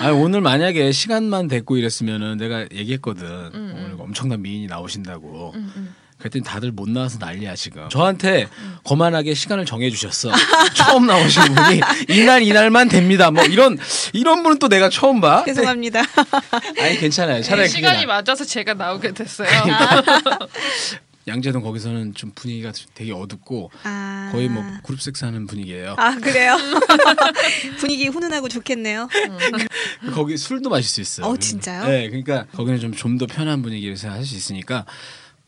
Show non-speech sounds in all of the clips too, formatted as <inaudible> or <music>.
아 오늘 만약에 시간만 됐고 이랬으면은 내가 얘기했거든. 음, 오늘 엄청난 미인이 나오신다고. 그랬더니 다들 못 나와서 난리야 지금. 저한테 거만하게 시간을 정해 주셨어. <laughs> 처음 나오신 분이 이날 이날만 됩니다. 뭐 이런 이런 분은 또 내가 처음 봐. 죄송합니다. 네, 아니 괜찮아요. 차라리 그게 시간이 나. 맞아서 제가 나오게 됐어요. 아, 양재동 거기서는 좀 분위기가 되게 어둡고 아. 거의 뭐 그룹 섹스하는 분위기예요. 아 그래요? <laughs> 분위기 훈훈하고 좋겠네요. 거기 술도 마실 수 있어요. 어, 진짜요? 네, 그러니까 거기는 좀 좀 더 편한 분위기에서 할 수 있으니까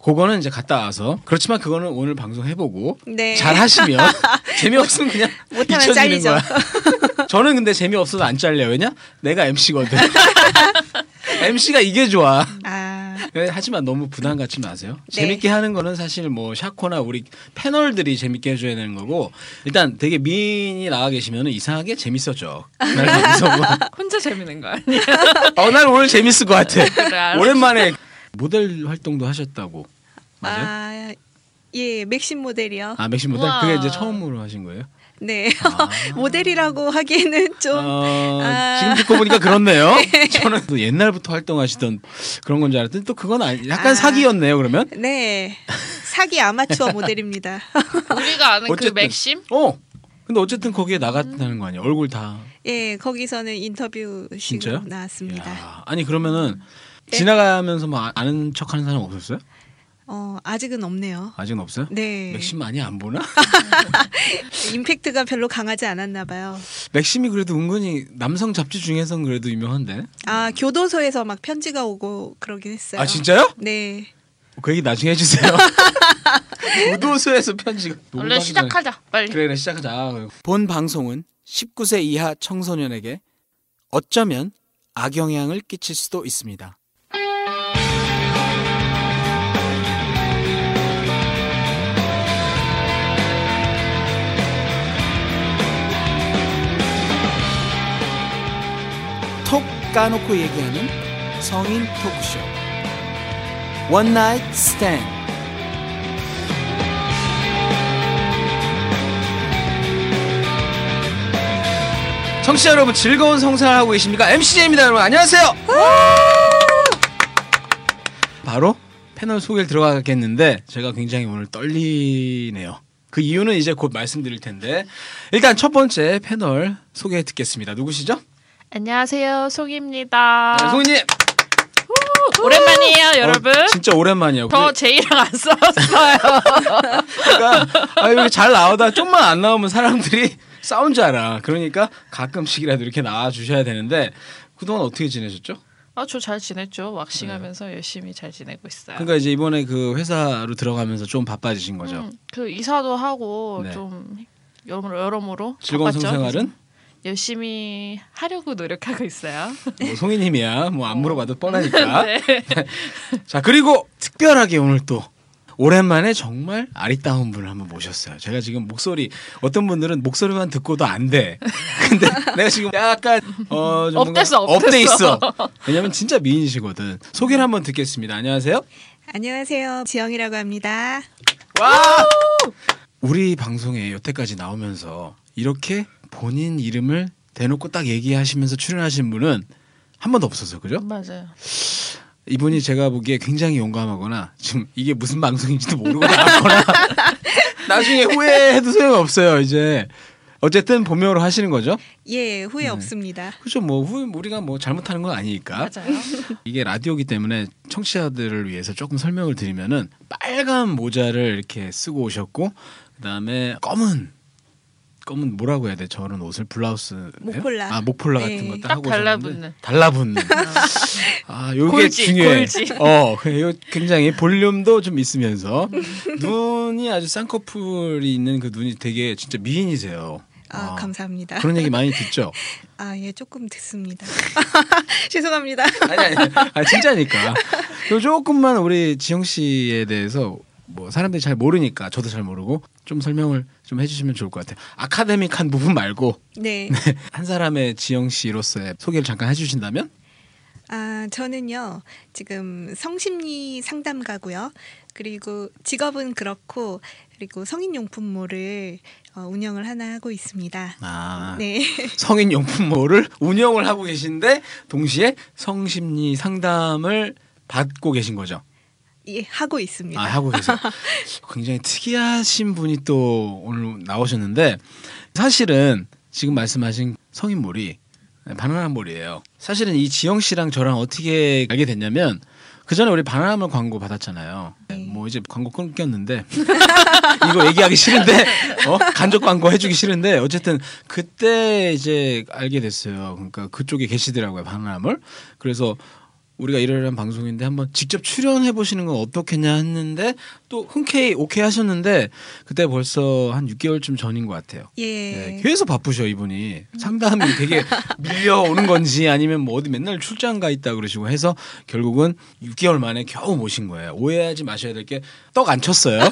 그거는 이제 갔다 와서 그렇지만 그거는 오늘 방송 해보고 네. 잘 <laughs> 하시면 재미없으면 그냥 못하면 잊혀지는 잘리죠. 거야. <laughs> 저는 근데 재미없어도 안 잘려 왜냐? 내가 MC거든. <laughs> MC가 이게 좋아. 아 네, 하지만 너무 부담 갖지 마세요. 네. 재밌게 하는 거는 사실 뭐 샤코나 우리 패널들이 재밌게 해줘야 되는 거고 일단 되게 미인이 나와 계시면 이상하게 재밌어져. 날 뭐. 방송은. 혼자 재밌는 거 아니에요? 어, 난 오늘 재밌을 것 같아. <laughs> 그래, 알았어. 오랜만에 모델 활동도 하셨다고. 맞아요? 아, 예, 맥심 모델이요. 아, 맥심 모델? 우와. 그게 이제 처음으로 하신 거예요? 네. <laughs> 모델이라고 하기에는 좀 아. 어, 아. 지금 듣고 보니까 <laughs> 그렇네요. <laughs> 저는 또 옛날부터 활동하시던 그런 건 줄 알았더니 또 그건 아니, 약간 아. 사기였네요, 그러면? 네. 사기 아마추어 모델입니다. <laughs> 우리가 아는 어쨌든. 그 맥심? 어! 근데 어쨌든 거기에 나갔다는 거 아니에요? 얼굴 다. 예, 거기서는 인터뷰식으로 진짜요? 나왔습니다. 이야, 아니, 그러면은 네. 지나가면서 뭐 아- 아는 척 하는 사람 없었어요? 어, 아직은 없네요. 아직은 없어요? 네. 맥심 많이 안 보나? <laughs> 임팩트가 별로 강하지 않았나 봐요. 맥심이 그래도 은근히 남성 잡지 중에선 그래도 유명한데. 네. 아, 교도소에서 막 편지가 오고 그러긴 했어요. 아, 진짜요? 네. 그 얘기 나중에 해주세요. 우도수에서 편지가 얼른 시작하자 빨리. 그래, 그래 시작하자. 본 방송은 19세 이하 청소년에게 어쩌면 악영향을 끼칠 수도 있습니다. 톡 까놓고 얘기하는 성인 토크쇼 원나잇 스탠드 청취자 여러분 즐거운 성사를 하고 계십니까? MCJ입니다 여러분 안녕하세요 바로 패널 소개를 들어가겠는데 제가 굉장히 오늘 떨리네요 그 이유는 이제 곧 말씀드릴 텐데 일단 첫 번째 패널 소개 듣겠습니다 누구시죠? 안녕하세요 송입니다. 네, 송이님 오랜만이에요 아, 여러분. 어, 진짜 오랜만이에요 저 제이랑 안 싸웠어요. <laughs> 그러니까 아, 이렇게 잘 나오다 좀만 안 나오면 사람들이 싸운 줄 알아 그러니까 가끔씩이라도 이렇게 나와주셔야 되는데 그동안 어떻게 지내셨죠? 아, 저 잘 지냈죠. 왁싱하면서 열심히 잘 지내고 있어요. 네. 그러니까 이제 이번에 그 회사로 들어가면서 좀 바빠지신 거죠. 음, 그 이사도 하고 네. 좀 여러모로, 여러모로 즐거운 바빴죠. 성생활은 열심히 하려고 노력하고 있어요. 뭐 송이님이야. 뭐 안 물어봐도 뻔하니까. <laughs> 네. <laughs> 자 그리고 특별하게 오늘 또 오랜만에 정말 아리따운 분을 한번 모셨어요. 제가 지금 목소리 어떤 분들은 목소리만 듣고도 안 돼. <laughs> 근데 내가 지금 약간 어좀 뭔가 업됐어, 업돼 업됐어. 있어. 왜냐면 진짜 미인이시거든. 소개를 한번 듣겠습니다. 안녕하세요. 안녕하세요. 지영이라고 합니다. 와! 우리 방송에 여태까지 나오면서 이렇게 본인 이름을 대놓고 딱 얘기하시면서 출연하신 분은 한 번도 없었어요. 그죠? 맞아요. 이분이 제가 보기에 굉장히 용감하거나 지금 이게 무슨 방송인지도 모르고 나왔거나 <laughs> 나중에 후회해도 소용없어요. 이제 어쨌든 본명으로 하시는 거죠? 예, 후회 없습니다. 그렇죠. 뭐 후회 우리가 뭐 잘못하는 건 아니니까. <laughs> 맞아요. 이게 라디오기 때문에 청취자들을 위해서 조금 설명을 드리면은 빨간 모자를 이렇게 쓰고 오셨고 그다음에 검은 검은 뭐라고 해야 돼? 저런 옷을 블라우스 목폴라. 아 목폴라 네. 같은 거딱 딱 하고 오셨는데 달라붙는. <laughs> 달라붙는 아 요게 골지, 중요해 골지. <laughs> 어 그래, 요 굉장히 볼륨도 좀 있으면서 눈이 아주 쌍꺼풀이 있는 그 눈이 되게 진짜 미인이세요 아, 감사합니다. 그런 얘기 많이 <laughs> 듣죠 아, 예, 조금 듣습니다. <laughs> 죄송합니다. <laughs> 아니 아니, 아니 진짜니까. 요 조금만 우리 지영 씨에 대해서 뭐 사람들이 잘 모르니까 저도 잘 모르고 좀 설명을 좀 해주시면 좋을 것 같아요. 아카데믹한 부분 말고 <laughs> 네. 한 사람의 지영 씨로서의 소개를 잠깐 해주신다면? 아, 저는요, 지금 성심리 상담가고요. 그리고 직업은 그렇고, 그리고 성인용품몰을 어, 운영을 하나 하고 있습니다. 아, 네. <laughs> 성인 용품몰을 운영을 하고 계신데 동시에 성심리 상담을 받고 계신 거죠. 예, 하고 있습니다. 아 하고 계세요. 굉장히 특이하신 분이 또 오늘 나오셨는데 사실은 지금 말씀하신 성인몰이 네, 바나나몰이에요. 사실은 이 지영 씨랑 저랑 어떻게 알게 됐냐면 그 전에 우리 바나나몰 광고 받았잖아요. 뭐 이제 광고 끊겼는데 <laughs> 이거 얘기하기 싫은데 어? 간접 광고 해주기 싫은데 어쨌든 그때 이제 알게 됐어요. 그러니까 그쪽에 계시더라고요 바나나몰. 그래서 우리가 이러한 방송인데 한번 직접 출연해 보시는 건 어떻겠냐 했는데 또 흔쾌히 오케이 하셨는데 그때 벌써 한 6개월쯤 전인 것 같아요. 예. 네, 계속 바쁘셔 이분이 상담이 되게 밀려오는 건지 아니면 뭐 어디 맨날 출장 가 있다 그러시고 해서 결국은 6개월 만에 겨우 모신 거예요. 오해하지 마셔야 될 게 떡 안 쳤어요. <laughs>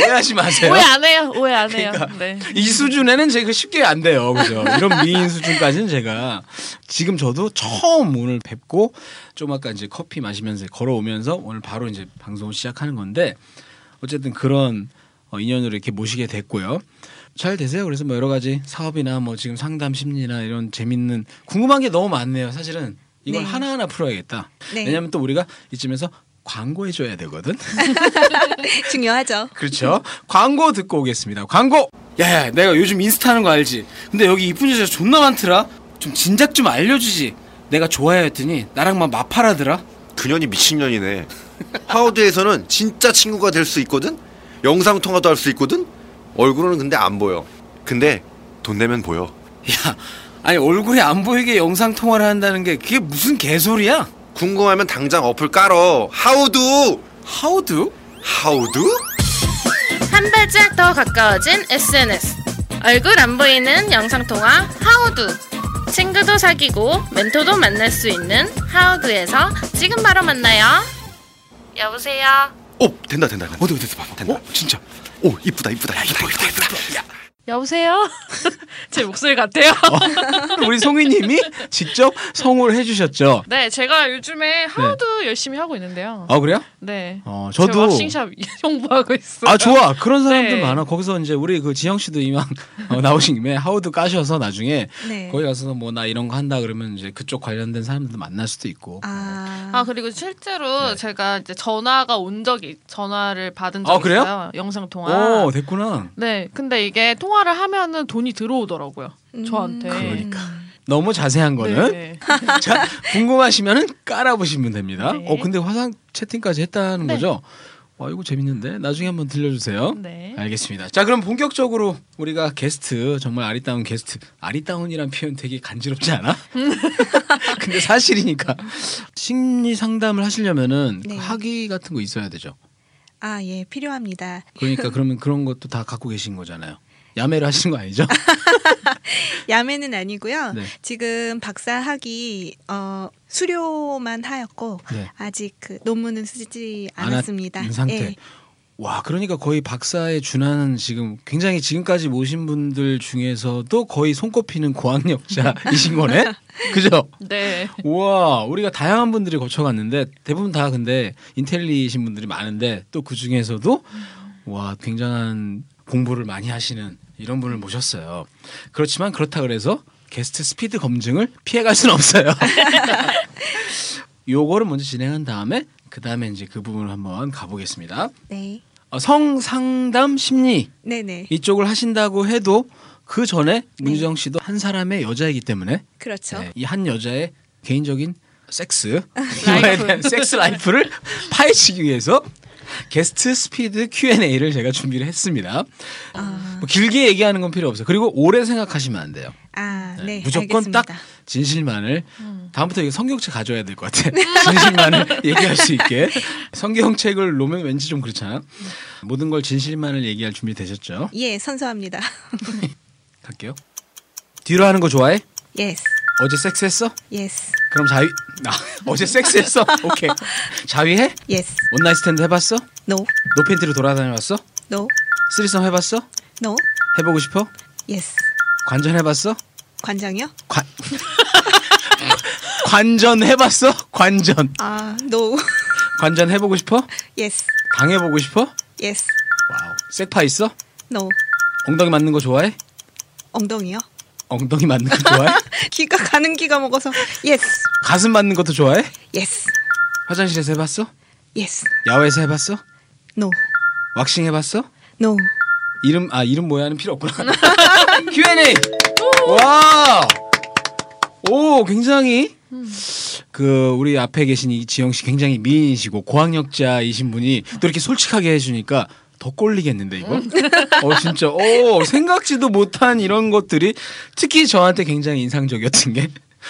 오해하지 마세요. 그러니까 오해 안 해요. 오해 안 해요. 네. 음. 이 수준에는 제가 쉽게 안 돼요. 그죠? 이런 미인 수준까지는 제가 지금 저도 처음 오늘 뵙고 좀 아까 이제 커피 마시면서 걸어오면서 오늘 바로 이제 방송을 시작하는 건데 어쨌든 그런 어, 인연으로 이렇게 모시게 됐고요. 잘 되세요. 그래서 뭐 여러 가지 사업이나 뭐 지금 상담 심리나 이런 재밌는 궁금한 게 너무 많네요. 사실은 이걸 네. 하나하나 풀어야겠다. 네. 왜냐하면 또 우리가 이쯤에서 광고해 줘야 되거든. 그 <laughs> 중요하죠. 그렇죠. 광고 듣고 오겠습니다. 광고. 야, 야, 내가 요즘 인스타 하는 거 알지? 근데 여기 이쁜 여자 존나 많더라. 좀 진작 좀 알려주지. 내가 좋아해 했더니 나랑만 마팔하더라. 그년이 미친년이네. 하우드에서는 진짜 친구가 될 수 있거든? 영상통화도 할 수 있거든? 얼굴은 근데 안 보여. 근데 돈 내면 보여. 야, 아니 얼굴이 안 보이게 영상 통화를 한다는 게 그게 무슨 개소리야? 궁금하면 당장 어플 깔어. 하우드! 하우드? 하우드? 한 발짝 더 가까워진 SNS. 얼굴 안 보이는 영상통화 하우두. 친구도 사귀고 멘토도 만날 수 있는 하우두에서 지금 바로 만나요. 여보세요. 오, 된다, 된다. 된다. 어디, 어디, 어디, 봐봐. 된다. 진짜. 오, 이쁘다, 이쁘다, 이쁘다, 이쁘다, 이쁘다. 여보세요. <laughs> 제 목소리 같아요. <laughs> 우리 송이님이 <laughs> 직접 성우를 해주셨죠. 네, 제가 요즘에 하우도 열심히 하고 있는데요. 네. 아 그래요? 네. 어, 제가 저도. 왁싱샵 <laughs> 홍보하고 있어요. 아 좋아 그런 사람들 네. 많아 거기서 이제 우리 그 지영 씨도 이왕 <laughs> 어, 나오신 김에 하우드 까셔서 나중에 네. 거기 가서 뭐 나 이런 거 한다 그러면 이제 그쪽 관련된 사람들도 만날 수도 있고 아, 아 그리고 실제로 제가 이제 전화가 온 적이 전화를 받은 적이 네. 아, 그래요? 있어요. 영상 통화. 오 됐구나 네, 근데 이게 통화를 하면은 돈이 들어오더라고요. 아, 저한테. 음. 그러니까. 너무 자세한 거는 <laughs> 네. 자 궁금하시면은 깔아보시면 됩니다. 네. 어 근데 화상 채팅까지 했다는 네. 거죠? 와 이거 재밌는데 나중에 한번 들려주세요. 네. 알겠습니다. 자 그럼 본격적으로 우리가 게스트 정말 아리따운 게스트 아리따운이란 표현 되게 간지럽지 않아? <laughs> 근데 <laughs> 사실이니까 심리 상담을 하시려면은 네. 학위 같은 거 있어야 되죠. 아, 예, 필요합니다. <laughs> 그러니까 그러면 그런 것도 다 갖고 계신 거잖아요. 야매를 하시는 거 <laughs> 아니죠? 야매는 아니고요. 네. 지금 박사 학위 어, 수료만 하였고 네. 아직 그 논문은 쓰지 안 않았습니다. 한 상태. 예. 와, 그러니까 거의 박사에 준하는 지금 굉장히 지금까지 모신 분들 중에서도 거의 손꼽히는 고학력자이신 <laughs> 거네. 그죠? 네. 우와, 우리가 다양한 분들이 거쳐갔는데 대부분 다 근데 인텔리신 분들이 많은데 또 그 중에서도 와, 굉장한 공부를 많이 하시는 이런 분을 모셨어요. 그렇지만 그렇다 그래서 게스트 스피드 검증을 피해갈 수는 없어요. 요거를 먼저 진행한 다음에 그 다음에 이제 그 부분을 한번 가보겠습니다. 네. 어, 성상담 심리 네, 네. 이쪽을 하신다고 해도 그 전에 문지영 씨도 한 사람의 여자이기 때문에 그렇죠. 네, 이 한 여자의 개인적인 <laughs> 섹스 이와에 라이프. 대한 섹스 라이프를 파헤치기 위해서 게스트 스피드 Q&A를 제가 준비를 했습니다. 아, 뭐 길게 얘기하는 건 필요 없어요. 그리고 오래 생각하시면 안 돼요. 아, 네, 네. 무조건 알겠습니다. 딱 진실만을 다음부터 이거 성경책 가져야 될 것 같아. 네. <laughs> 진실만을 얘기할 수 있게 성경책을 놓으면 왠지 좀 그렇잖아. 음. 모든 걸 진실만을 얘기할 준비 되셨죠? 예, 선서합니다. <laughs> 갈게요. 뒤로 하는 거 좋아해? 예스. 어제 섹스했어? 예스. 그럼 자위. 아, <laughs> 어제 섹스했어? 오케이. 자위해? 예스. 원나잇 스탠드 해봤어? 노. 노팬티로 돌아다녀봤어? 노. 쓰리썸 해봤어? 노. 해보고 싶어? 예스. 관전 해봤어? 관장요? 관 <laughs> 관전 해봤어? 관전 아, <laughs> 노. 관전 해보고 싶어? 예스. 당해보고 싶어? 예스. 와우. 섹파 있어? 노. 엉덩이 맞는 거 좋아해? 엉덩이요? <laughs> 엉덩이 맞는 거 좋아해? 기가 가는 기가 먹어서 예스 가슴 맞는 것도 좋아해? 예스 화장실에서 해봤어? 예스 야외에서 해봤어? 노 왁싱 해봤어? 노. 이름 아 이름 모야는 필요 없구나. Q&A. 와. 오 굉장히 그 우리 앞에 계신 이 지영 씨 굉장히 미인이시고 고학력자이신 분이 또 이렇게 솔직하게 해주니까 더 꼴리겠는데 이거? 어 진짜 어 생각지도 못한 이런 것들이 특히 저한테 굉장히 인상적이었던 게.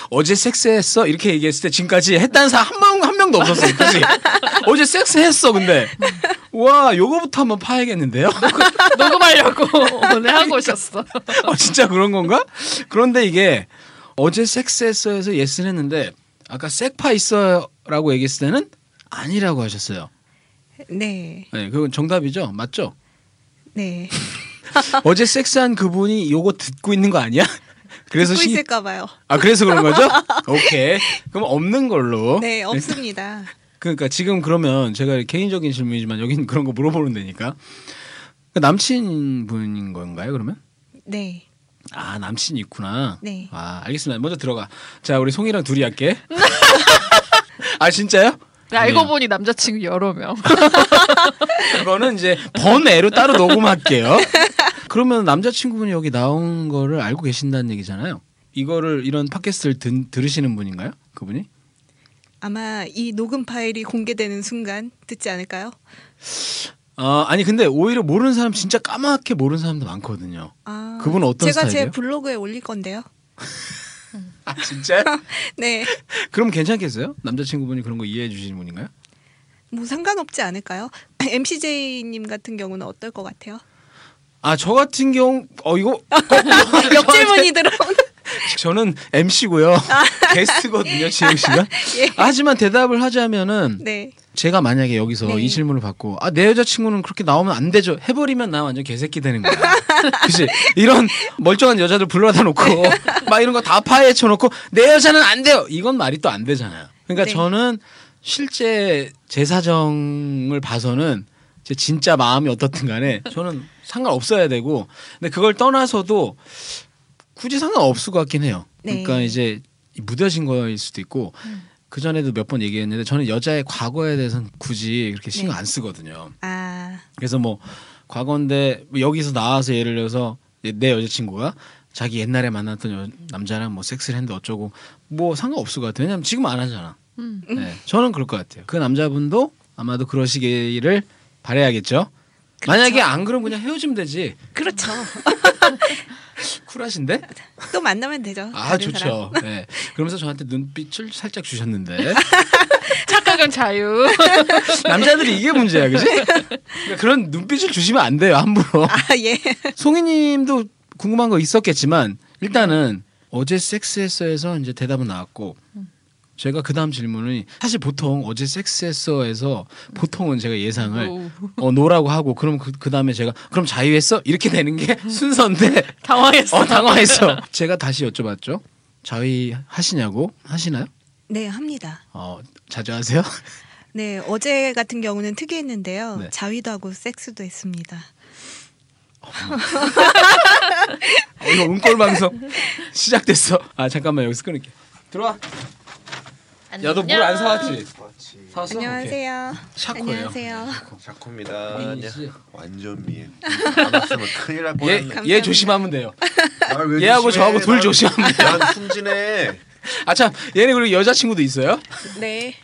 어제 섹스했어 이렇게 얘기했을 때 지금까지 했다는 사람 한명한 명도 없었어요. 그치? 어제 섹스했어 근데 와 요거부터 한번 파야겠는데요. <laughs> 녹음하려고 오늘 하고 오셨어. <laughs> 어, 진짜 그런 건가? 그런데 이게 어제 섹스했어에서 예스는 했는데 아까 섹파 있어라고 얘기했을 때는 아니라고 하셨어요. 네. 네, 그건 정답이죠, 맞죠? 네. 어제 섹스한 그분이 요거 듣고 있는 거 아니야? <laughs> 그래서 듣고 시- 있을까 봐요. 아 그래서 그런 거죠? 오케이. 그럼 없는 걸로. 네, 없습니다. 그러니까 지금 그러면 제가 개인적인 질문이지만 여긴 그런 거 물어보는 데니까 그 남친 분인 건가요? 그러면? 네. 아 남친이 있구나. 네. 아 알겠습니다. 먼저 들어가. 자 우리 송이랑 둘이 <laughs> 할게. 아 진짜요? 근데 네, 알고 아니에요. 보니 남자친구 여러 명. 그거는 이제 번외로 따로 녹음할게요. 그러면 남자친구분이 여기 나온 거를 알고 계신다는 얘기잖아요. 이거를 이런 팟캐스트를 든, 들으시는 분인가요? 그분이? 아마 이 녹음 파일이 공개되는 순간 듣지 않을까요? 아 아니 근데 오히려 모르는 사람 진짜 까맣게 모르는 사람도 많거든요. 아, 그분 어떤 제가 스타일이에요? 제 블로그에 올릴 건데요. <laughs> 아 진짜? 네. 그럼 괜찮겠어요? 남자친구분이 그런 거 이해해 주시는 분인가요? 뭐 상관없지 않을까요? <laughs> MCJ 님 같은 경우는 어떨 것 <laughs> 같아요? 아 저 같은 경우 어 이거 역질문이 들어오는 <laughs> 저는 MC고요. 아. <laughs> 게스트거든요, 지영 <laughs> 씨가. 하지만 대답을 하자면은 예. 네. 제가 만약에 여기서 네. 이 질문을 받고 아 내 여자친구는 그렇게 나오면 안 되죠 해버리면 나 완전 개새끼 되는 <laughs> 거야. 그치? 이런 멀쩡한 여자들 불러다 <laughs> 놓고 막 이런 거 다 파헤쳐 놓고 내 여자는 안 돼요. 이건 말이 또 안 되잖아요. 그러니까 네. 저는 실제 제 사정을 봐서는 제 진짜 마음이 어떻든 간에 저는 상관없어야 되고 근데 그걸 떠나서도 굳이 상관없을 것 같긴 해요. 네. 음. 그러니까 이제 무뎌진 거일 수도 있고 그 전에도 몇 번 얘기했는데 저는 여자의 과거에 대해서는 굳이 그렇게 신경 네. 안 쓰거든요. 아. 그래서 뭐 과거인데 뭐 여기서 나와서 예를 들어서 내 여자친구가 자기 옛날에 만났던 여- 남자랑 뭐 섹스를 했는데 어쩌고 뭐 상관없을 것 같아요. 왜냐면 지금 안 하잖아. 음. 네, 저는 그럴 것 같아요. 그 남자분도 아마도 그러시기를 바라야겠죠. 만약에 안 그럼 그냥 헤어지면 되지. 그렇죠. <laughs> 쿨하신데? 또 만나면 되죠. 아 다른 좋죠. 네. 그러면서 저한테 눈빛을 살짝 주셨는데 <laughs> 착각은 자유. 남자들이 이게 문제야, 그지? 그러니까 그런 눈빛을 주시면 안 돼요, 함부로. 사람. 아 예. <laughs> 송이님도 궁금한 거 있었겠지만 일단은 어제 섹스했어에서 이제 대답은 나왔고 제가 그 다음 질문이 사실 보통 어제 섹스했어에서 보통은 제가 예상을 오, 어 노라고 하고 그럼 그 다음에 제가 그럼 자유했어 이렇게 되는 게 <laughs> 순서인데 <laughs> 당황했어. 어 당황했어. 제가 다시 여쭤봤죠. 자위 하시냐고 하시나요? 네, 합니다. 어 자주 하세요? <laughs> 네, 어제 같은 경우는 특이했는데요. 네. 자위도 하고 섹스도 했습니다. 어, 이거 음골 방송 시작됐어. 아 잠깐만 여기서 끊을게. 들어와. 야 너 물 안 사왔지? 사왔어? 오케이. 안녕하세요. 샤코예요. 안녕하세요. 자코입니다. 네. 미인이지? 완전 미에. 음. 안 왔으면 큰일 날 얘, 뻔했네. 얘 감사합니다. 예, 조심하면 돼요. 나를 왜 얘하고 조심해? 저하고 둘 나는- 조심하면 난 순진해. 아 참 얘네 그리고 여자친구도 있어요? 네.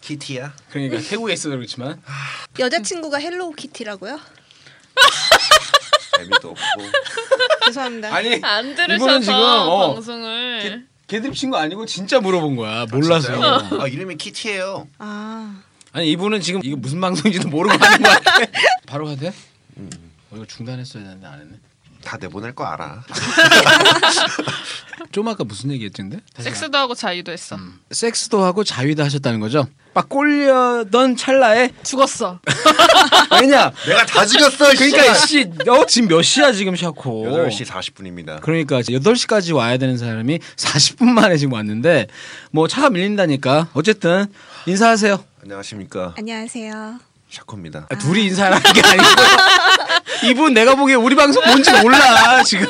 키티야. 그러니까 태국에 있어서 그렇지만 여자친구가 <laughs> 헬로우 키티라고요? 재미도 없고. 죄송합니다. 아니 안 이분은 들으셔서 지금, 어. 방송을 걔들 친구 아니고 진짜 물어본 거야 몰라서 진짜요? 아 이름이 키티예요. 아, 아니 이분은 지금 이거 무슨 방송인지도 모르고 하는 <laughs> 거야 바로 가야 돼? 어, 이거 중단했어야 되는데 안 했네 다 내보낼 거 알아. <laughs> 좀 아까 무슨 얘기 했던데? 섹스도 하고 자유도 했어. 음. 섹스도 하고 자위도 하셨다는 거죠? 막 꼴려던 찰나에 죽었어. <laughs> 왜냐 내가 다 <laughs> 죽였어. 그러니까 씨너 네. 지금 몇 시야 지금 샤코 8시 40분입니다. 그러니까 이제 8시까지 와야 되는 사람이 40분 만에 지금 왔는데 뭐 차가 밀린다니까 어쨌든 인사하세요. 안녕하십니까 안녕하세요. 샤코입니다. 아, 둘이 인사하는 게 아니고 <laughs> 이분 내가 보기에 우리 방송 뭔지 몰라 지금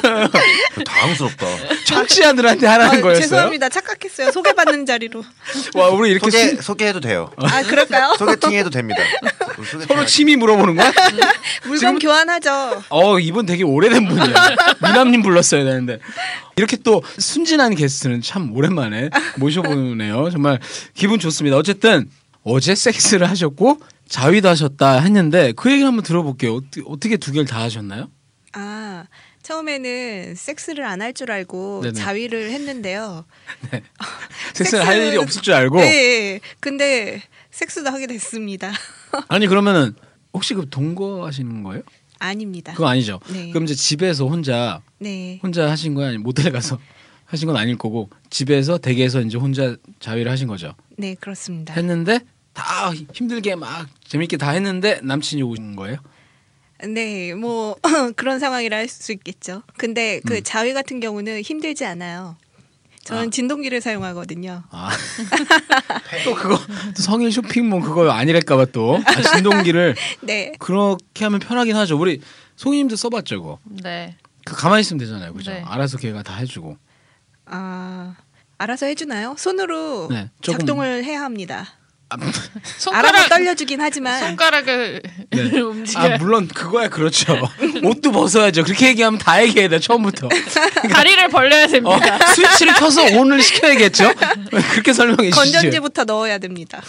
그 당황스럽다. 청취자들한테 아, 하라는 거였어요. 죄송합니다. 착각했어요. 소개받는 자리로. 와 우리 이렇게 소개 심- 소개해도 돼요. 아 그럴까요? 어. 소개팅해도 <laughs> 됩니다. 우리 소개팅 서로 할- 취미 물어보는 거야? <laughs> 물건 지금- 교환하죠. 어 이분 되게 오래된 분이에요. <laughs> 미남님 불렀어야 되는데 이렇게 또 순진한 게스트는 참 오랜만에 모셔보네요. 정말 기분 좋습니다. 어쨌든 어제 섹스를 하셨고 자위도 하셨다 했는데 그 얘기를 한번 들어볼게요. 어떻게, 어떻게 두 개를 다 하셨나요? 아 처음에는 섹스를 안 할 줄 알고 네네. 자위를 했는데요. 섹스를 할 섹스- 일이 없을 줄 알고 네, 예. 근데 섹스도 하게 됐습니다. <laughs> 아니 그러면은 혹시 그 동거 하시는 거예요? 아닙니다. 그거 아니죠. 네. 그럼 이제 집에서 혼자 네. 혼자 하신 거야 아니면 모텔 가서 <laughs> 하신 건 아닐 거고 집에서 댁에서 이제 혼자 자위를 하신 거죠. 네, 그렇습니다. 했는데 다 힘들게 막 재밌게 다 했는데 남친이 오신 거예요? 네, 뭐 <laughs> 그런 상황이라 할 수 있겠죠. 근데 그 자위 같은 경우는 힘들지 않아요. 저는 음. 아. 진동기를 사용하거든요. 아. 또 <laughs> 그거 또 성인 쇼핑몰 그거 아니랄까봐 또 아, 진동기를 네. 그렇게 하면 편하긴 하죠. 우리 송이님도 써봤죠, 그거. 네. 그 가만히 있으면 되잖아요, 그죠? 네. 알아서 걔가 다 해주고. 아, 알아서 해주나요? 손으로 네, 조금- 작동을 해야 합니다. 아, 알아서 손가락 떨려주긴 하지만 손가락을 네. <laughs> 움직여. 아, 물론 그거야 그렇죠. 옷도 벗어야죠. 그렇게 얘기하면 다 얘기해야 돼 처음부터. 다리를 벌려야 어, 됩니다. 스위치를 켜서 온을 시켜야겠죠. <laughs> 그렇게 설명해 주시죠. 건전지부터 넣어야 됩니다.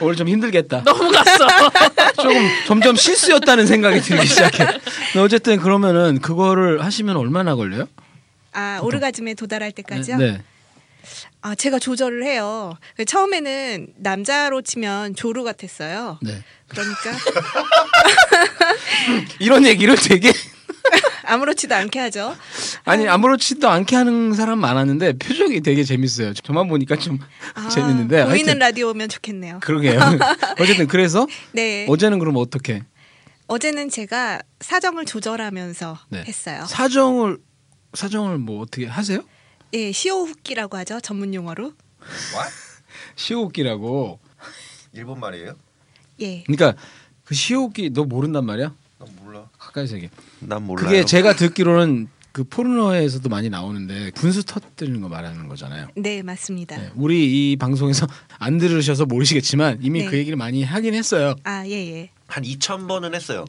오늘 좀 힘들겠다. <laughs> 너무 갔어. <laughs> 조금 점점 실수였다는 생각이 들기 시작해. 근데 어쨌든 그러면은 그거를 하시면 얼마나 걸려요? 아, 오르가즘에 도달할 때까지요? 네. 아, 제가 조절을 해요. 처음에는 남자로 치면 조루 같았어요. 네. 그러니까 <laughs> 이런 얘기를 되게 <laughs> 아무렇지도 않게 하죠. 음. 아니 아무렇지도 않게 하는 사람 많았는데 표정이 되게 재밌어요. 저만 보니까 좀 <laughs> 아, 재밌는데 보이는 하여튼 라디오면 좋겠네요. 그러게요. <laughs> 어쨌든 그래서 네. 어제는 그럼 어떻게 어제는 제가 사정을 조절하면서 네. 했어요. 사정을 사정을 뭐 어떻게 하세요? 예, 시오후끼라고 하죠. 전문 용어로. What? 시오웃기라고. 일본 말이에요? 예. 그러니까 그 시오웃기 너 모른단 말이야? 난 몰라. 가까이서 얘기해. 난 몰라요. 그게 제가 듣기로는 그 포르노에서도 많이 나오는데 분수 터뜨리는 거 말하는 거잖아요. 네, 맞습니다. 음. 네, 우리 이 방송에서 <laughs> 안 들으셔서 모르시겠지만 이미 네. 그 얘기를 많이 하긴 했어요. 아, 예, 예. 한 2천 번은 했어요.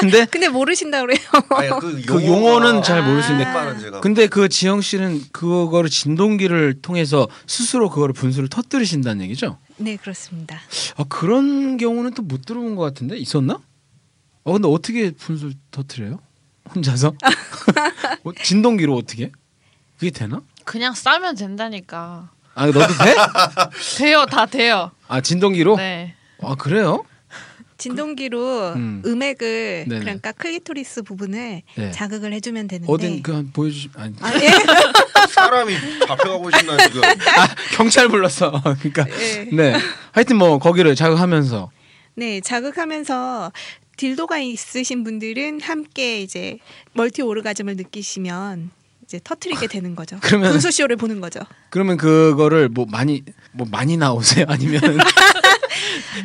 근데 <laughs> 근데 모르신다 그래요. 아니, 아. 그, 그 용어는 잘 모르시는데 는 제가 근데 그 지영 씨는 그거를 진동기를 통해서 스스로 그거를 분수를 터뜨리신다는 얘기죠? <laughs> 네, 그렇습니다. 아, 그런 경우는 또 못 들어본 것 같은데 있었나? 어 근데 어떻게 분수를 터뜨려요? 혼자서? 어, 진동기로 어떻게? 그게 되나? 그냥 싸면 된다니까. 아 너도 돼? 돼요, 다 돼요. 아 진동기로? <laughs> 네. 아 그래요? 진동기로 음. 음. 액을 네네. 그러니까 클리토리스 부분을 네. 자극을 해주면 되는데 어딘 그한 보여주 아니 아, 예? 사람이 잡혀가고 있나 지금. 아, 경찰 불렀어. <laughs> 그러니까 예. 네. 하여튼 뭐 거기를 자극하면서 <laughs> 네, 자극하면서 딜도가 있으신 분들은 함께 이제 멀티 오르가즘을 느끼시면 이제 터트리게 되는 거죠. 아, 그러면은- 분수 쇼를 보는 거죠. 그러면 그거를 뭐 많이 뭐 많이 나오세요? <laughs> <laughs> 아니면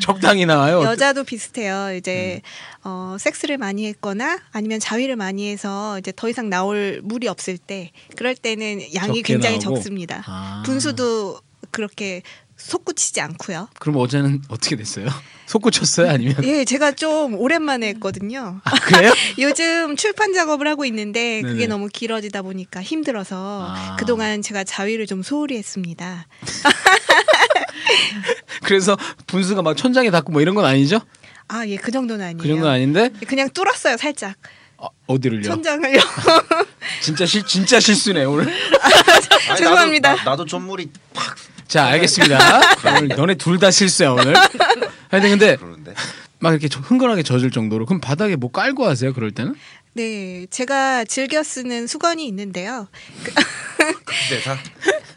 적당히 나와요? 여자도 비슷해요. 이제 음. 어, 섹스를 많이 했거나 아니면 자위를 많이 해서 이제 더 이상 나올 물이 없을 때 그럴 때는 양이 적게 굉장히 나오고? 적습니다. 아. 분수도 그렇게 솟구치지 않고요. 그럼 어제는 어떻게 됐어요? 속구쳤어요? 아니면 예, 제가 좀 오랜만에 했거든요. 그 아, 그래요? 요즘 출판 작업을 하고 있는데 네네. 그게 너무 길어지다 보니까 힘들어서 아. 그동안 제가 자위를 좀 소홀히 했습니다. 그래서 분수가 막 천장에 닿고 뭐 이런 건 아니죠? 아, 예, 그 정도는 아니에요. 그 정도는 아닌데 그냥 뚫었어요, 살짝. 어, 어디를요? 천장을요. <laughs> 진짜 실 진짜 실수네 오늘. 아니, 죄송합니다. 나도, 나, 나도 좀 물이 팍 자 알겠습니다. 오늘 너네 둘 다 실수야 오늘. 하여튼 근데 그러는데. 막 이렇게 저- 흥건하게 젖을 정도로 그럼 바닥에 뭐 깔고 하세요? 그럴 때는? 네, 제가 즐겨 쓰는 수건이 있는데요. 대사.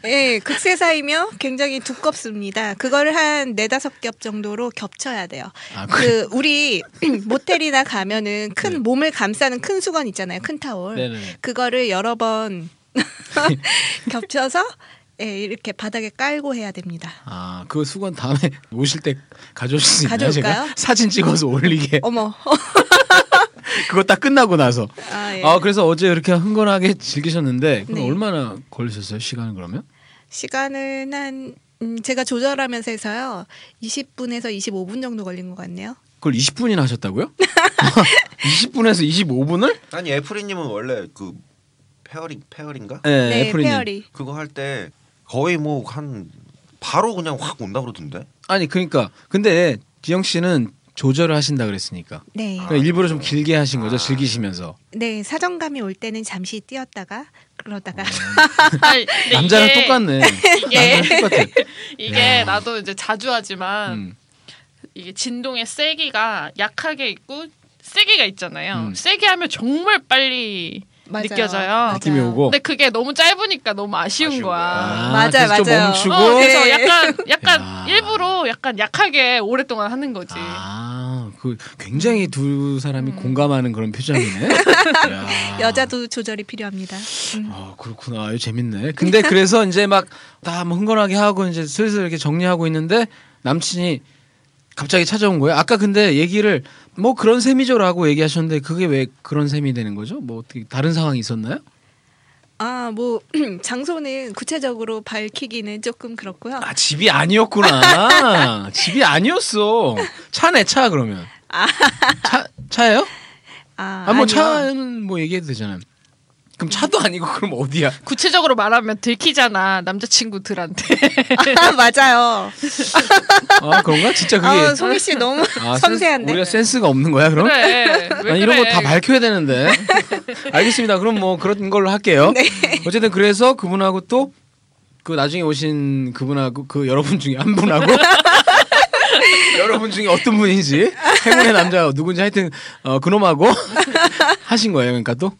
예, 극세사이며 굉장히 두껍습니다. 그걸 한 네다섯 겹 정도로 겹쳐야 돼요. 아, 네. 그 우리 <clears throat> 모텔이나 가면은 큰 몸을 감싸는 큰 수건 있잖아요. 큰 타올. 네네네. 그거를 <laughs> 여러 번 <laughs> 겹쳐서 예, 이렇게 바닥에 깔고 해야 됩니다. 아, 그 수건 다음에 <laughs> 오실 때 가져오실 수 있나요? 가져올까요? 어. <laughs> 제가 사진 찍어서 올리게. 어머. 그거 딱 끝나고 나서. 아, 예. 아 그래서 어제 이렇게 흥건하게 즐기셨는데 그럼 네. 얼마나 걸리셨어요 시간은 그러면? 시간은 한 음, 제가 조절하면서 해서요. 20분에서 25분 정도 걸린 것 같네요. 그걸 20분이나 하셨다고요? <laughs> 20분에서 25분을? 아니 예 애프리님은 원래 그 페어링 페어링가 네, 네, 애플이님. 페어리. 그거 할 때 거의 뭐 한 바로 그냥 확 온다 그러던데. 아니 그러니까 근데 지영 씨는 조절을 하신다 그랬으니까 네. 그러니까 일부러 좀 길게 하신 아. 거죠 즐기시면서 네, 사정감이 올 때는 잠시 뛰었다가 그러다가 어. 아니, 근데 남자랑 이게- <laughs> 예. 똑같네. 이게- 남자랑 똑같아. <laughs> 이게 야. 나도 이제 자주 하지만 음. 이게 진동의 세기가 약하게 있고 세기가 있잖아요. 음. 세게 하면 정말 빨리 <laughs> 어, 맞아요. 느껴져요. 느낌이 오고. 근데 그게 너무 짧으니까 너무 아쉬운, 아쉬운 거야. 아, 맞아요, 그래서 좀 맞아요. 멈추고. 어, 그래서 네. 약간 약간 뭐? 예. 야. 일부러 약간 약하게 오랫동안 하는 거지. 아, 그 굉장히 두 사람이 공감하는 그런 표정이네. 야. 여자도 조절이 필요합니다. 음. 아, 그렇구나. 이거 재밌네. 근데 그래서 이제 막다 뭐 흥건하게 하고 이제 슬슬 이렇게 정리하고 있는데 남친이 갑자기 찾아온 거예요. 아까 근데 얘기를 뭐 그런 셈이죠라고 얘기하셨는데 그게 왜 그런 셈이 되는 거죠? 뭐 어떻게 다른 상황이 있었나요? 아, 뭐 <clears throat> 장소는 구체적으로 밝히기는 조금 그렇고요. 아, 집이 아니었구나. 집이 아니었어. 차네 차 그러면. 차 차예요? 아, 아, 뭐 아니요. 차는 뭐 얘기해도 되잖아요. 그럼 차도 아니고 그럼 어디야? 구체적으로 말하면 들키잖아 남자친구들한테. <laughs> 아, 맞아요. 아 <laughs> 그런가? 진짜 그게 아, 송이 씨 너무 아, 센스- 섬세한데. 우리가 센스가 없는 거야 그럼? 그래. 왜 난 이런 그래. 거 다 밝혀야 <laughs> 되는데. 알겠습니다. 그럼 뭐 그런 걸로 할게요. 네. 어쨌든 그래서 그분하고 또 그 나중에 오신 그분하고 그 여러분 중에 한 분하고 <laughs> 여러분 중에 어떤 분인지 행운의 남자 누군지 하여튼 어, <laughs> 그놈하고 하신 거예요. 그러니까 또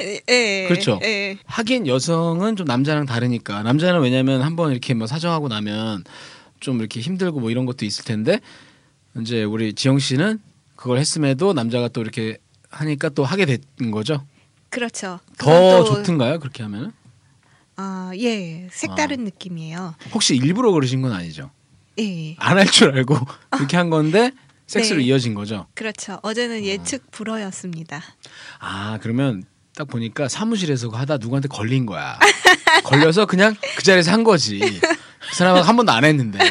예, 예, 그렇죠. 예. 하긴 여성은 좀 남자랑 다르니까 남자는 왜냐면 한번 이렇게 뭐 사정하고 나면 좀 이렇게 힘들고 뭐 이런 것도 있을 텐데 이제 우리 지영 씨는 그걸 했음에도 남자가 또 이렇게 하니까 또 하게 된 거죠. 그렇죠. 더 그건 또- 좋든가요? 그렇게 하면은 아, 예. 아. 색다른 느낌이에요. 혹시 일부러 그러신 건 아니죠? 예. 안 할 줄 알고 <laughs> 그렇게 한 건데 섹스로 네. 이어진 거죠. 그렇죠. 어제는 예측 불허였습니다. 아 그러면 딱 보니까 사무실에서 그거 하다 누구한테 걸린 거야. <laughs> 걸려서 그냥 그 자리에서 한 거지. 그 사람은 한 번도 안 했는데 <laughs>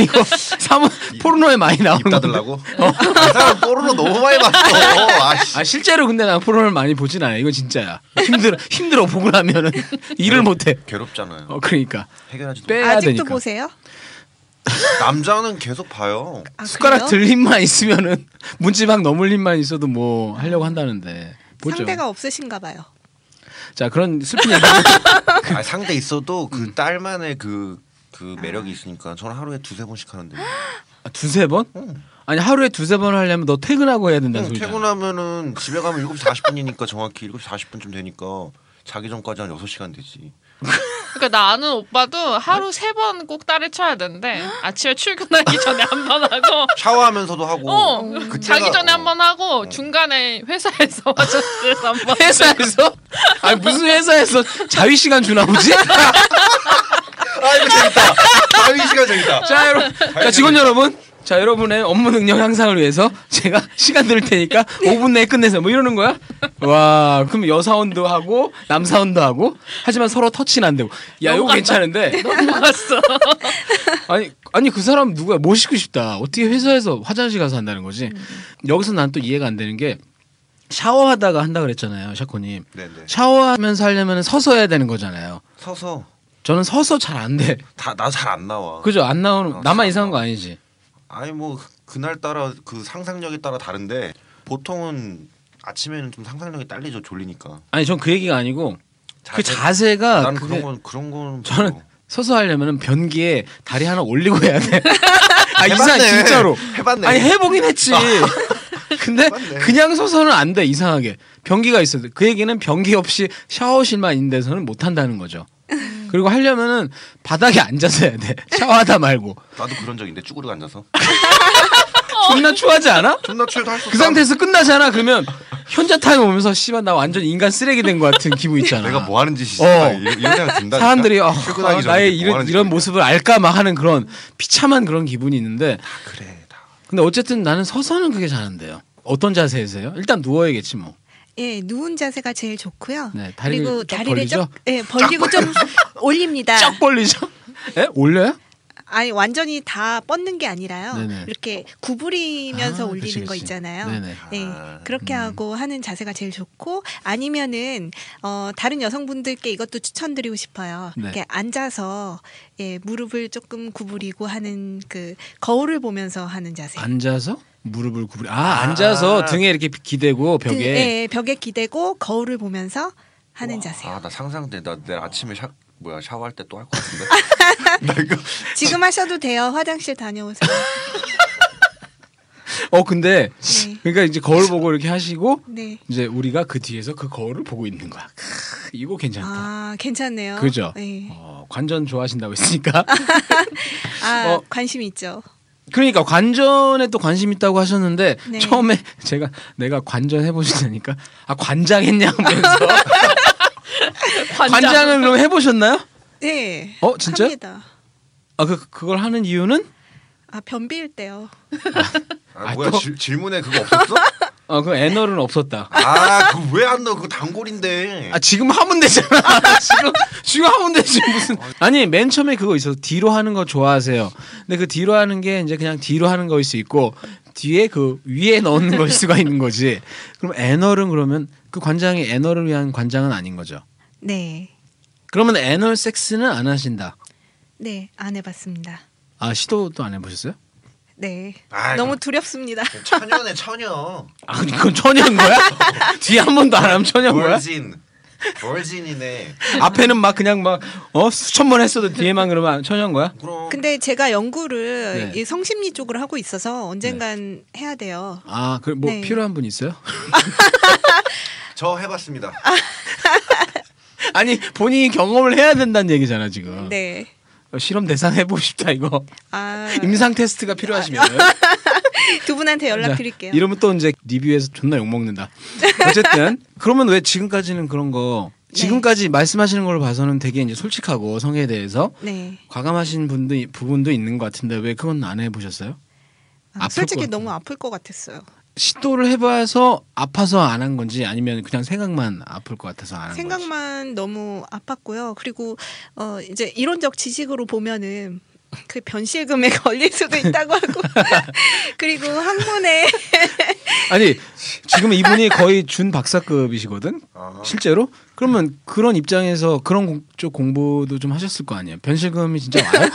이거 사무 포르노에 많이 나오는 입 건데. <laughs> 닫으려고? 이 사람 뽀로로 너무 많이 봤어. 아씨. 아 실제로 근데 난 포르노를 많이 보진 않아. 이건 진짜야. 힘들어 힘들어 보고 나면은 <laughs> 일을 못해. 괴롭잖아요. 어 그러니까 해결하지도 빼야 아직도 되니까. 보세요? 못해. 남자는 <laughs> 계속 봐요. 아, 숟가락 그래요? 들 힘만 있으면은 <laughs> 문지방 넘을 힘만 있어도 뭐 하려고 한다는데 보죠. 상대가 없으신가 봐요. 자 그런 슬픈 <laughs> 얘기. 아, 상대 있어도 그 음. 딸만의 그, 그 매력이 있으니까 저는 하루에 두세 번씩 하는데 아, 두세 번? 아니 하루에 두세 번 하려면 너 퇴근하고 해야 된다는 응, 소리잖아. 퇴근하면은 집에 가면 7시 40분이니까 정확히 7시 40분쯤 되니까 자기 전까지 한 6시간 되지 그러니까 나 아는 오빠도 하루 세 번 꼭 딸을 쳐야 되는데 아침에 출근하기 전에 한 <laughs> 번 하고 샤워하면서 도 하고 어, 그때가- 자기 전에 한 어. 번 하고 중간에 회사에서 <laughs> 화장실에서 한 번. 회사에서? 아니 무슨 회사에서 자위 시간 주나 보지? 아 이거 재밌다 자유 시간 재밌다 자 여러분, 자 직원 여러분, 자 여러분의 업무 능력 향상을 위해서 제가 시간 드릴 테니까 5분 내에 끝내세요. 뭐 이러는 거야? 와, 그럼 여사원도 하고 남사원도 하고 하지만 서로 터치는 안 되고. 야, 이거 괜찮은데. 넘어갔어. 아니 아니 그 사람 누구야 모시고 싶다 어떻게 회사에서 화장실 가서 한다는 거지 여기서 난 또 이해가 안 되는 게 샤워하다가 한다 그랬잖아요 샤코님 네네 샤워하면서 하려면 서서 해야 되는 거잖아요 서서 저는 서서 잘 안돼 <laughs> 다 나 잘 안 나와 그죠 안 나오는 어, 나만 잘 이상한 거 나와. 아니지 아니 뭐 그날 따라 그 상상력에 따라 다른데 보통은 아침에는 좀 상상력이 딸리죠 졸리니까 아니 전 그 얘기가 아니고 그 자세- 자세가 나는 그게- 그런 건 그런 건 저는 별로. 서서 하려면은 변기에 다리 하나 올리고 해야 돼. <laughs> 아 이상 해봤네. 진짜로. 해봤네. 아니 해보긴 했지. <laughs> 근데 해봤네. 그냥 서서는 안 돼 이상하게 변기가 있어도 그 얘기는 변기 없이 샤워실만 있는 데서는 못 한다는 거죠. 그리고 하려면은 바닥에 앉아서 해야 돼. <laughs> 샤워하다 말고. 나도 그런 적 있는데 쭈그려 앉아서 존나 추하지 않아? 존나 추해도 할수 그 상태에서 끝나잖아. 그러면 현자 타임 오면서 씨발 나 완전 인간 쓰레기 된 것 같은 기분 있잖아. 내가 뭐 하는 짓이지 어. 이런 생각 든다 사람들이 어, 출근하기 아, 전에 나의 뭐 이런 하는지 이런 모르겠다. 모습을 알까 막 하는 그런 비참한 그런 기분이 있는데 그래 다 근데 어쨌든 나는 서서는 그게 잘안 돼요. 어떤 자세에서요? 일단 누워야겠지 뭐. 예, 누운 자세가 제일 좋고요. 네, 다리를 그리고 쫙 다리를 벌리죠? 좀 예, 벌리고 좀 <laughs> 올립니다. 쫙 벌리죠. <laughs> 에 올려요? 아니 완전히 다 뻗는 게 아니라요. 네네. 이렇게 구부리면서 아, 올리는 그치, 거 그치. 있잖아요. 네네. 음. 예, 아, 그렇게 하고 하는 자세가 제일 좋고 아니면은 어, 다른 여성분들께 이것도 추천드리고 싶어요. 네. 이렇게 앉아서 예, 무릎을 조금 구부리고 하는 그 거울을 보면서 하는 자세. 앉아서 무릎을 구부리. 아 앉아서 등에 이렇게 기대고 등, 벽에. 예, 벽에 기대고 거울을 보면서 하는 자세. 아 나 상상돼. 나 내일 아침에 샤 뭐야 샤워할 때 또 할 것 같은데. 나 이거 지금 하셔도 돼요. 화장실 다녀오세요. 어 근데 네. 그러니까 이제 거울 보고 이렇게 하시고 네. 이제 우리가 그 뒤에서 그 거울을 보고 있는 거야. 크, 이거 괜찮다. 아, 괜찮네요. 그죠? 예. 어, 관전 좋아하신다고 했으니까. <laughs> 아, 어. 관심 있죠. 그러니까 관전에 또 관심 있다고 하셨는데 네. 처음에 제가 내가 관전 해보시다니까 아 관장했냐 하면서 관장을 그럼 해보셨나요? 네. 어, 진짜요? 합니다. 아 그 그걸 하는 이유는 아, 변비일 때요. 아, 아, 뭐야 또? 질- 질문에 그거 없었어? 어그 애널은 없었다. 아그왜안 넣어? 그거 단골인데. 아 지금 하면 되잖아. <laughs> 지금 지금 하면 되지 무슨 아니 맨 처음에 그거 있어 뒤로 하는 거 좋아하세요. 근데 그 뒤로 하는 게 이제 그냥 뒤로 하는 거일 수 있고 뒤에 그 위에 넣는 걸 수가 있는 거지. 그럼 애널은 그러면 그 관장이 애널을 위한 관장은 아닌 거죠. 네. 그러면 애널 섹스는 안 하신다. 네, 안 해봤습니다. 아 시도도 안 해보셨어요? 네. 아이, 너무 두렵습니다. 천연의 처녀. 아 근데 그건 처녀인 거야? <laughs> 뒤에 한 번도 안 하면 <laughs> 처녀인 거야? 월진. 월진이네. 앞에는 막 그냥 막 어 수천 번 했어도 뒤에만 그러면 처녀인 거야? 그럼 근데 제가 연구를 네. 이 성심리 쪽으로 하고 있어서 언젠간 해야 돼요. 아 그래 뭐 네. 필요한 분 있어요? 저 해봤습니다. 아. 아니 본인이 경험을 해야 된다는 얘기잖아 지금. 네. 어, 실험 대상 해보고 싶다 이거. 아, 임상 테스트가 필요하시면 두 분한테 아, 연락드릴게요. 이러면 또 이제 리뷰에서 존나 욕 먹는다. 어쨌든 그러면 왜 지금까지는 그런 거 네. 지금까지 말씀하시는 걸로 봐서는 되게 이제 솔직하고 성에 대해서 네. 과감하신 분도 부분도 있는 것 같은데 왜 그건 안 해보셨어요? 아, 아플 솔직히 것 너무 아플 것 같았어요. 시도를 해봐서 아파서 안 한 건지 아니면 그냥 생각만 아플 것 같아서 안 한 건지. 생각만 너무 아팠고요. 그리고 어 이제 이론적 지식으로 보면은 그 변실금에 <laughs> 걸릴 수도 있다고 하고 <laughs> 그리고 항문에 <laughs> 아니 지금 이분이 거의 준 박사급이시거든. 아, 실제로? 네. 그러면 그런 입장에서 그런 공, 쪽 공부도 좀 하셨을 거 아니에요. 변실금이 진짜 <laughs> 와요?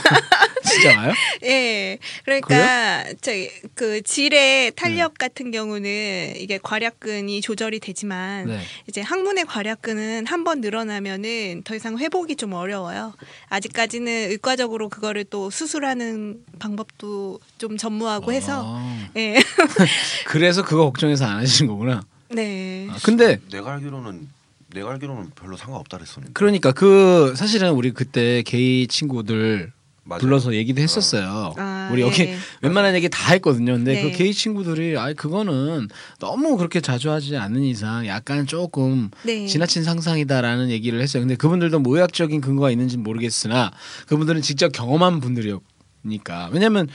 진짜 와요? 예 그러니까 저기 그 질의 음. 탄력 같은 경우는 이게 괄약근이 조절이 되지만 네. 이제 항문의 괄약근은 한 번 늘어나면은 더 이상 회복이 좀 어려워요. 아직까지는 의과적으로 그거를 또 수술하는 방법도 좀 전무하고 해서 아, 예. <laughs> 그래서 그거 걱정해서 안 하시는 거구나. 네. 아, 근데 내가 알기로는 내가 알기로는 별로 상관없다 그랬었는데. 그러니까 그 사실은 우리 그때 게이 친구들 맞아요. 불러서 얘기도 했었어요. 아, 우리 여기 예. 웬만한 얘기 다 했거든요. 근데 네. 그 게이 친구들이 아 그거는 너무 그렇게 자주 하지 않는 이상 약간 조금 네. 지나친 상상이다라는 얘기를 했어요. 근데 그분들도 뭐 의학적인 근거가 있는지는 모르겠으나 그분들은 직접 경험한 분들이니까 왜냐면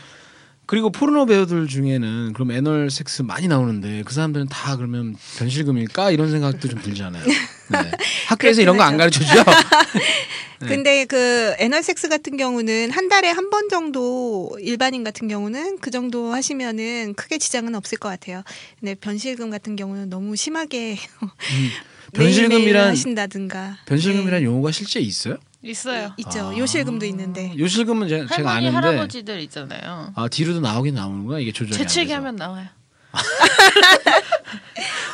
그리고 포르노 배우들 중에는 그럼 애널 섹스 많이 나오는데 그 사람들은 다 그러면 변실금일까 이런 생각도 좀 들잖아요. 네. 학교에서 이런 거 안 가르쳐 주죠. 네. 근데 그 애널섹스 같은 경우는 한 달에 한 번 정도 일반인 같은 경우는 그 정도 하시면은 크게 지장은 없을 것 같아요. 근데 변실금 같은 경우는 너무 심하게 <laughs> 매일매일 음. 변실금이란 하신다든가 변실금이란 아. 용어가 실제 있어요? 있어요. 네. 있죠. 요실금도 있는데 요실금은 음, 제가, 제가 할머니 아는데 할아버지들 있잖아요. 아 뒤로도 나오긴 나오는구나 이게 조절이 안 재채기 돼서. 하면 나와요.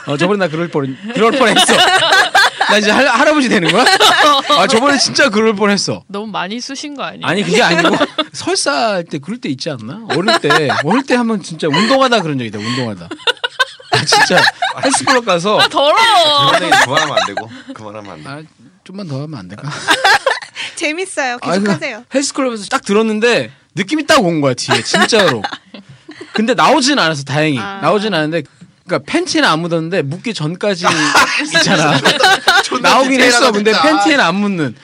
어 저번에 나 그럴 뻔 그럴 <laughs> 뻔했어. 나 이제 할, 할아버지 되는 거야? 아 저번에 진짜 그럴 뻔했어. 너무 많이 쑤신 거 아니에요? 아니 그게 <laughs> 아니고 설사할 때 그럴 때 있지 않나? 어릴 때 어릴 때 한번 진짜 운동하다 그런 적 있다. 운동하다. 아, <laughs> 진짜 헬스클럽 가서 아, 더러워. 그런 얘기 그만하면 안 되고 그만하면 안 돼. 아 좀만 더 하면 안 될까? 재밌어요. 아, 그 계속하세요. 헬스클럽에서 딱 들었는데 느낌이 딱 온 거야 뒤에 <laughs> 진짜로. 근데 나오진 않았어 다행히 아. 나오진 않은데 그러니까 팬티는 안 묻었는데 묻기 <laughs> 전까지 있잖아. <laughs> 나오긴 했어. 근데 팬티에는 안 묻는.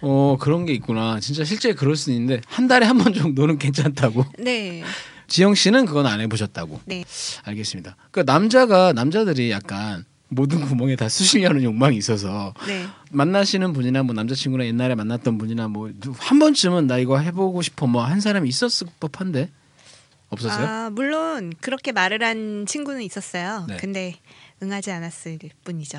어 그런 게 있구나. 진짜 실제 그럴 수 있는데 한 달에 한 번 정도는 괜찮다고. 네. 지영 씨는 그건 안 해보셨다고. 네. 알겠습니다. 그러니까 남자가 남자들이 약간 모든 구멍에 다 수시려는 욕망이 있어서 네. 만나시는 분이나 뭐 남자친구나 옛날에 만났던 분이나 뭐 한 번쯤은 나 이거 해보고 싶어 뭐 한 사람이 있었을 법한데 없었어요? 아, 물론 그렇게 말을 한 친구는 있었어요. 네. 근데 응하지 않았을 뿐이죠.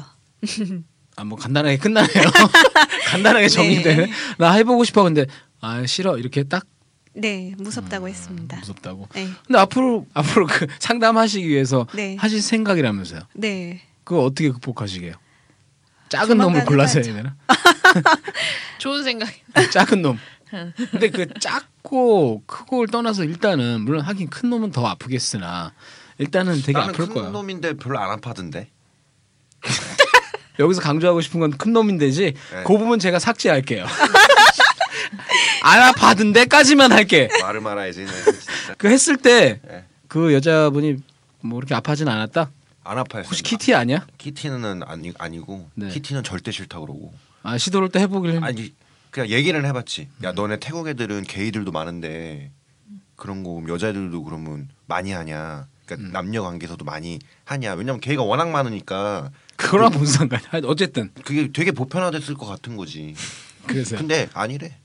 아 뭐 간단하게 끝나네요. <laughs> 간단하게 정리되네. 네. 나 해보고 싶어 근데 아 싫어 이렇게 딱 네, 무섭다고 했습니다. 음, 무섭다고. 네. 근데 앞으로 앞으로 그 상담하시기 위해서 네. 하실 생각이라면서요. 네. 그거 어떻게 극복하시게요? 작은 놈을 조만간 골라서 해야 해봐야죠. 되나? 좋은 생각. 그 작은 놈. 근데 그 작고 크고를 떠나서 일단은 물론 하긴 큰 놈은 더 아프겠으나 일단은 되게 나는 아플 큰 거야. 놈인데 별로 안 아파던데. 여기서 강조하고 싶은 건 큰 놈인데지. 네. 그 부분 제가 삭제할게요. <laughs> 안 아파든데까지만 할게. 말을 말아야지. 네, 진짜. 그 했을 때 그 네. 여자분이 뭐 그렇게 아파진 않았다. 안 아파요. 혹시 키티 아니야? 키티는 아니 아니고 네. 키티는 절대 싫다 그러고. 아 시도를 또 해보길. 아니 그냥 얘기를 해봤지. 야 너네 태국 애들은 게이들도 많은데 그런 거 여자애들도 그러면 많이 하냐. 그러니까 음. 남녀 관계에서도 많이 하냐. 왜냐면 게이가 워낙 많으니까 그거랑 뭔 상관이야? 하여튼 어쨌든 그게 되게 보편화됐을 것 같은 <laughs> 거지. 그래서 근데 아니래.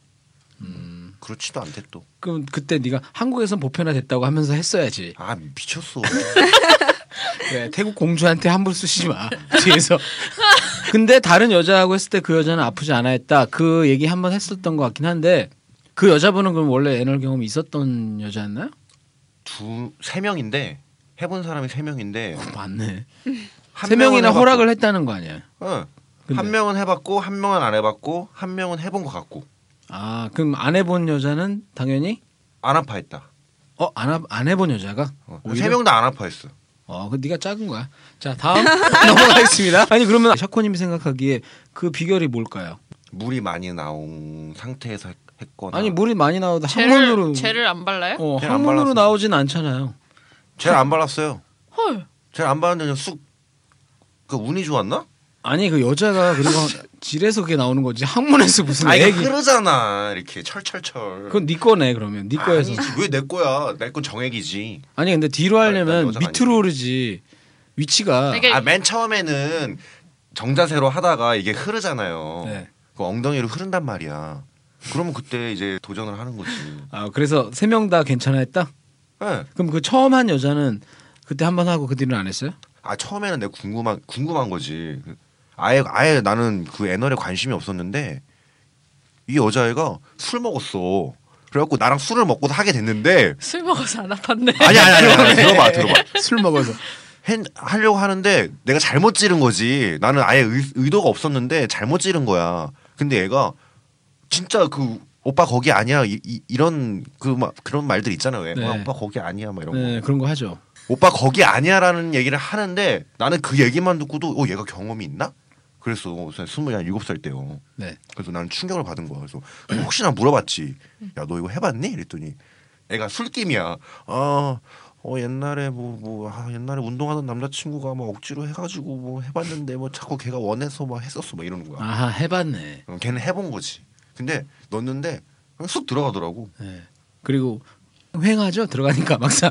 음. 그렇지도 않대 또. 그럼 그때 네가 한국에선 보편화됐다고 하면서 했어야지. 아 미쳤어. 그래, 네, 태국 공주한테 함부로 쓰지 마 <laughs> 뒤에서. 근데 다른 여자하고 했을 때 그 여자는 아프지 않아 했다. 그 얘기 한번 했었던 것 같긴 한데 그 여자분은 그럼 원래 애널 경험이 있었던 여자였나요? 두 세 명인데 해본 사람이 세 명인데 맞네. 한 세 명이나 명은 해봤고. 허락을 했다는 거 아니야? 어. 근데. 한 명은 해봤고 한 명은 안 해봤고 한 명은 해본 것 같고 아 그럼 안 해본 여자는 당연히 안 아파했다. 어안안 해본 여자가 어. 세 오히려? 명도 안 아파했어. 어, 그 네가 작은 거야. 자 다음 <laughs> 넘어가겠습니다. 아니 그러면 샤코님이 생각하기에 그 비결이 뭘까요? 물이 많이 나온 상태에서 했- 뭐 했거나 아니 물이 많이 나오다 쟤를 항문으로 쟤를 안 발라요? 어, 쟤를 안 항문으로 발랐어. 나오진 않잖아요. 제가 안 발랐어요. 헐. 제가 안 발랐는데 그냥 쑥. 그 운이 좋았나? 아니 그 여자가 <laughs> 그리고 질에서 그게 나오는 거지 항문에서 무슨 아 이게 애기 흐르잖아 이렇게 철철철. 그 그건 네 거네 그러면 네 거에서 아니, 왜내 거야? 내 건 정액이지. 근데 뒤로 일단 하려면 여자가 밑으로 오르지 위치가 되게 아 맨 처음에는 정자세로 하다가 이게 흐르잖아요. 네. 그 엉덩이로 흐른단 말이야. 그러면 그때 이제 도전을 하는 거지. 아 그래서 세 명 다 괜찮아 했다 예. 그럼 그 처음 한 여자는 그때 한 번 하고 그 뒤로는 안 했어요 아 처음에는 내가 궁금한 궁금한 거지. 아예 아예 나는 그 애널에 관심이 없었는데 이 여자애가 술 먹었어. 그래갖고 나랑 술을 먹고 하게 됐는데 술 먹어서 안 아팠네. 아니 아니 아니, 아니, 아니 들어봐 들어봐 <laughs> 술 먹어서 <laughs> 해, 하려고 하는데 내가 잘못 찌른 거지. 나는 아예 의, 도가 없었는데 잘못 찌른 거야. 근데 얘가 진짜 그 오빠 거기 아니야 이, 런 그 막 그런 말들 있잖아요. 왜? 네. 아, 오빠 거기 아니야 막 이런 거. 네 그런 거 하죠 오빠 거기 아니야라는 얘기를 하는데 나는 그 얘기만 듣고도 어 얘가 경험이 있나? 그래서 스물일곱 살 때요. 네 그래서 나는 충격을 받은 거야. 그래서 혹시나 물어봤지. 야 너 이거 해봤니? 이랬더니 애가 술김이야. 아, 어 옛날에 뭐 뭐 아, 옛날에 운동하던 남자친구가 막 억지로 해가지고 뭐 해봤는데 뭐 자꾸 걔가 원해서 막 했었어 막 이러는 거야. 아하 해봤네 어, 걔는 해본 거지. 근데 넣었는데 그냥 쑥 들어가더라고. 네. 그리고 횡하죠 들어가니까 <laughs> 막상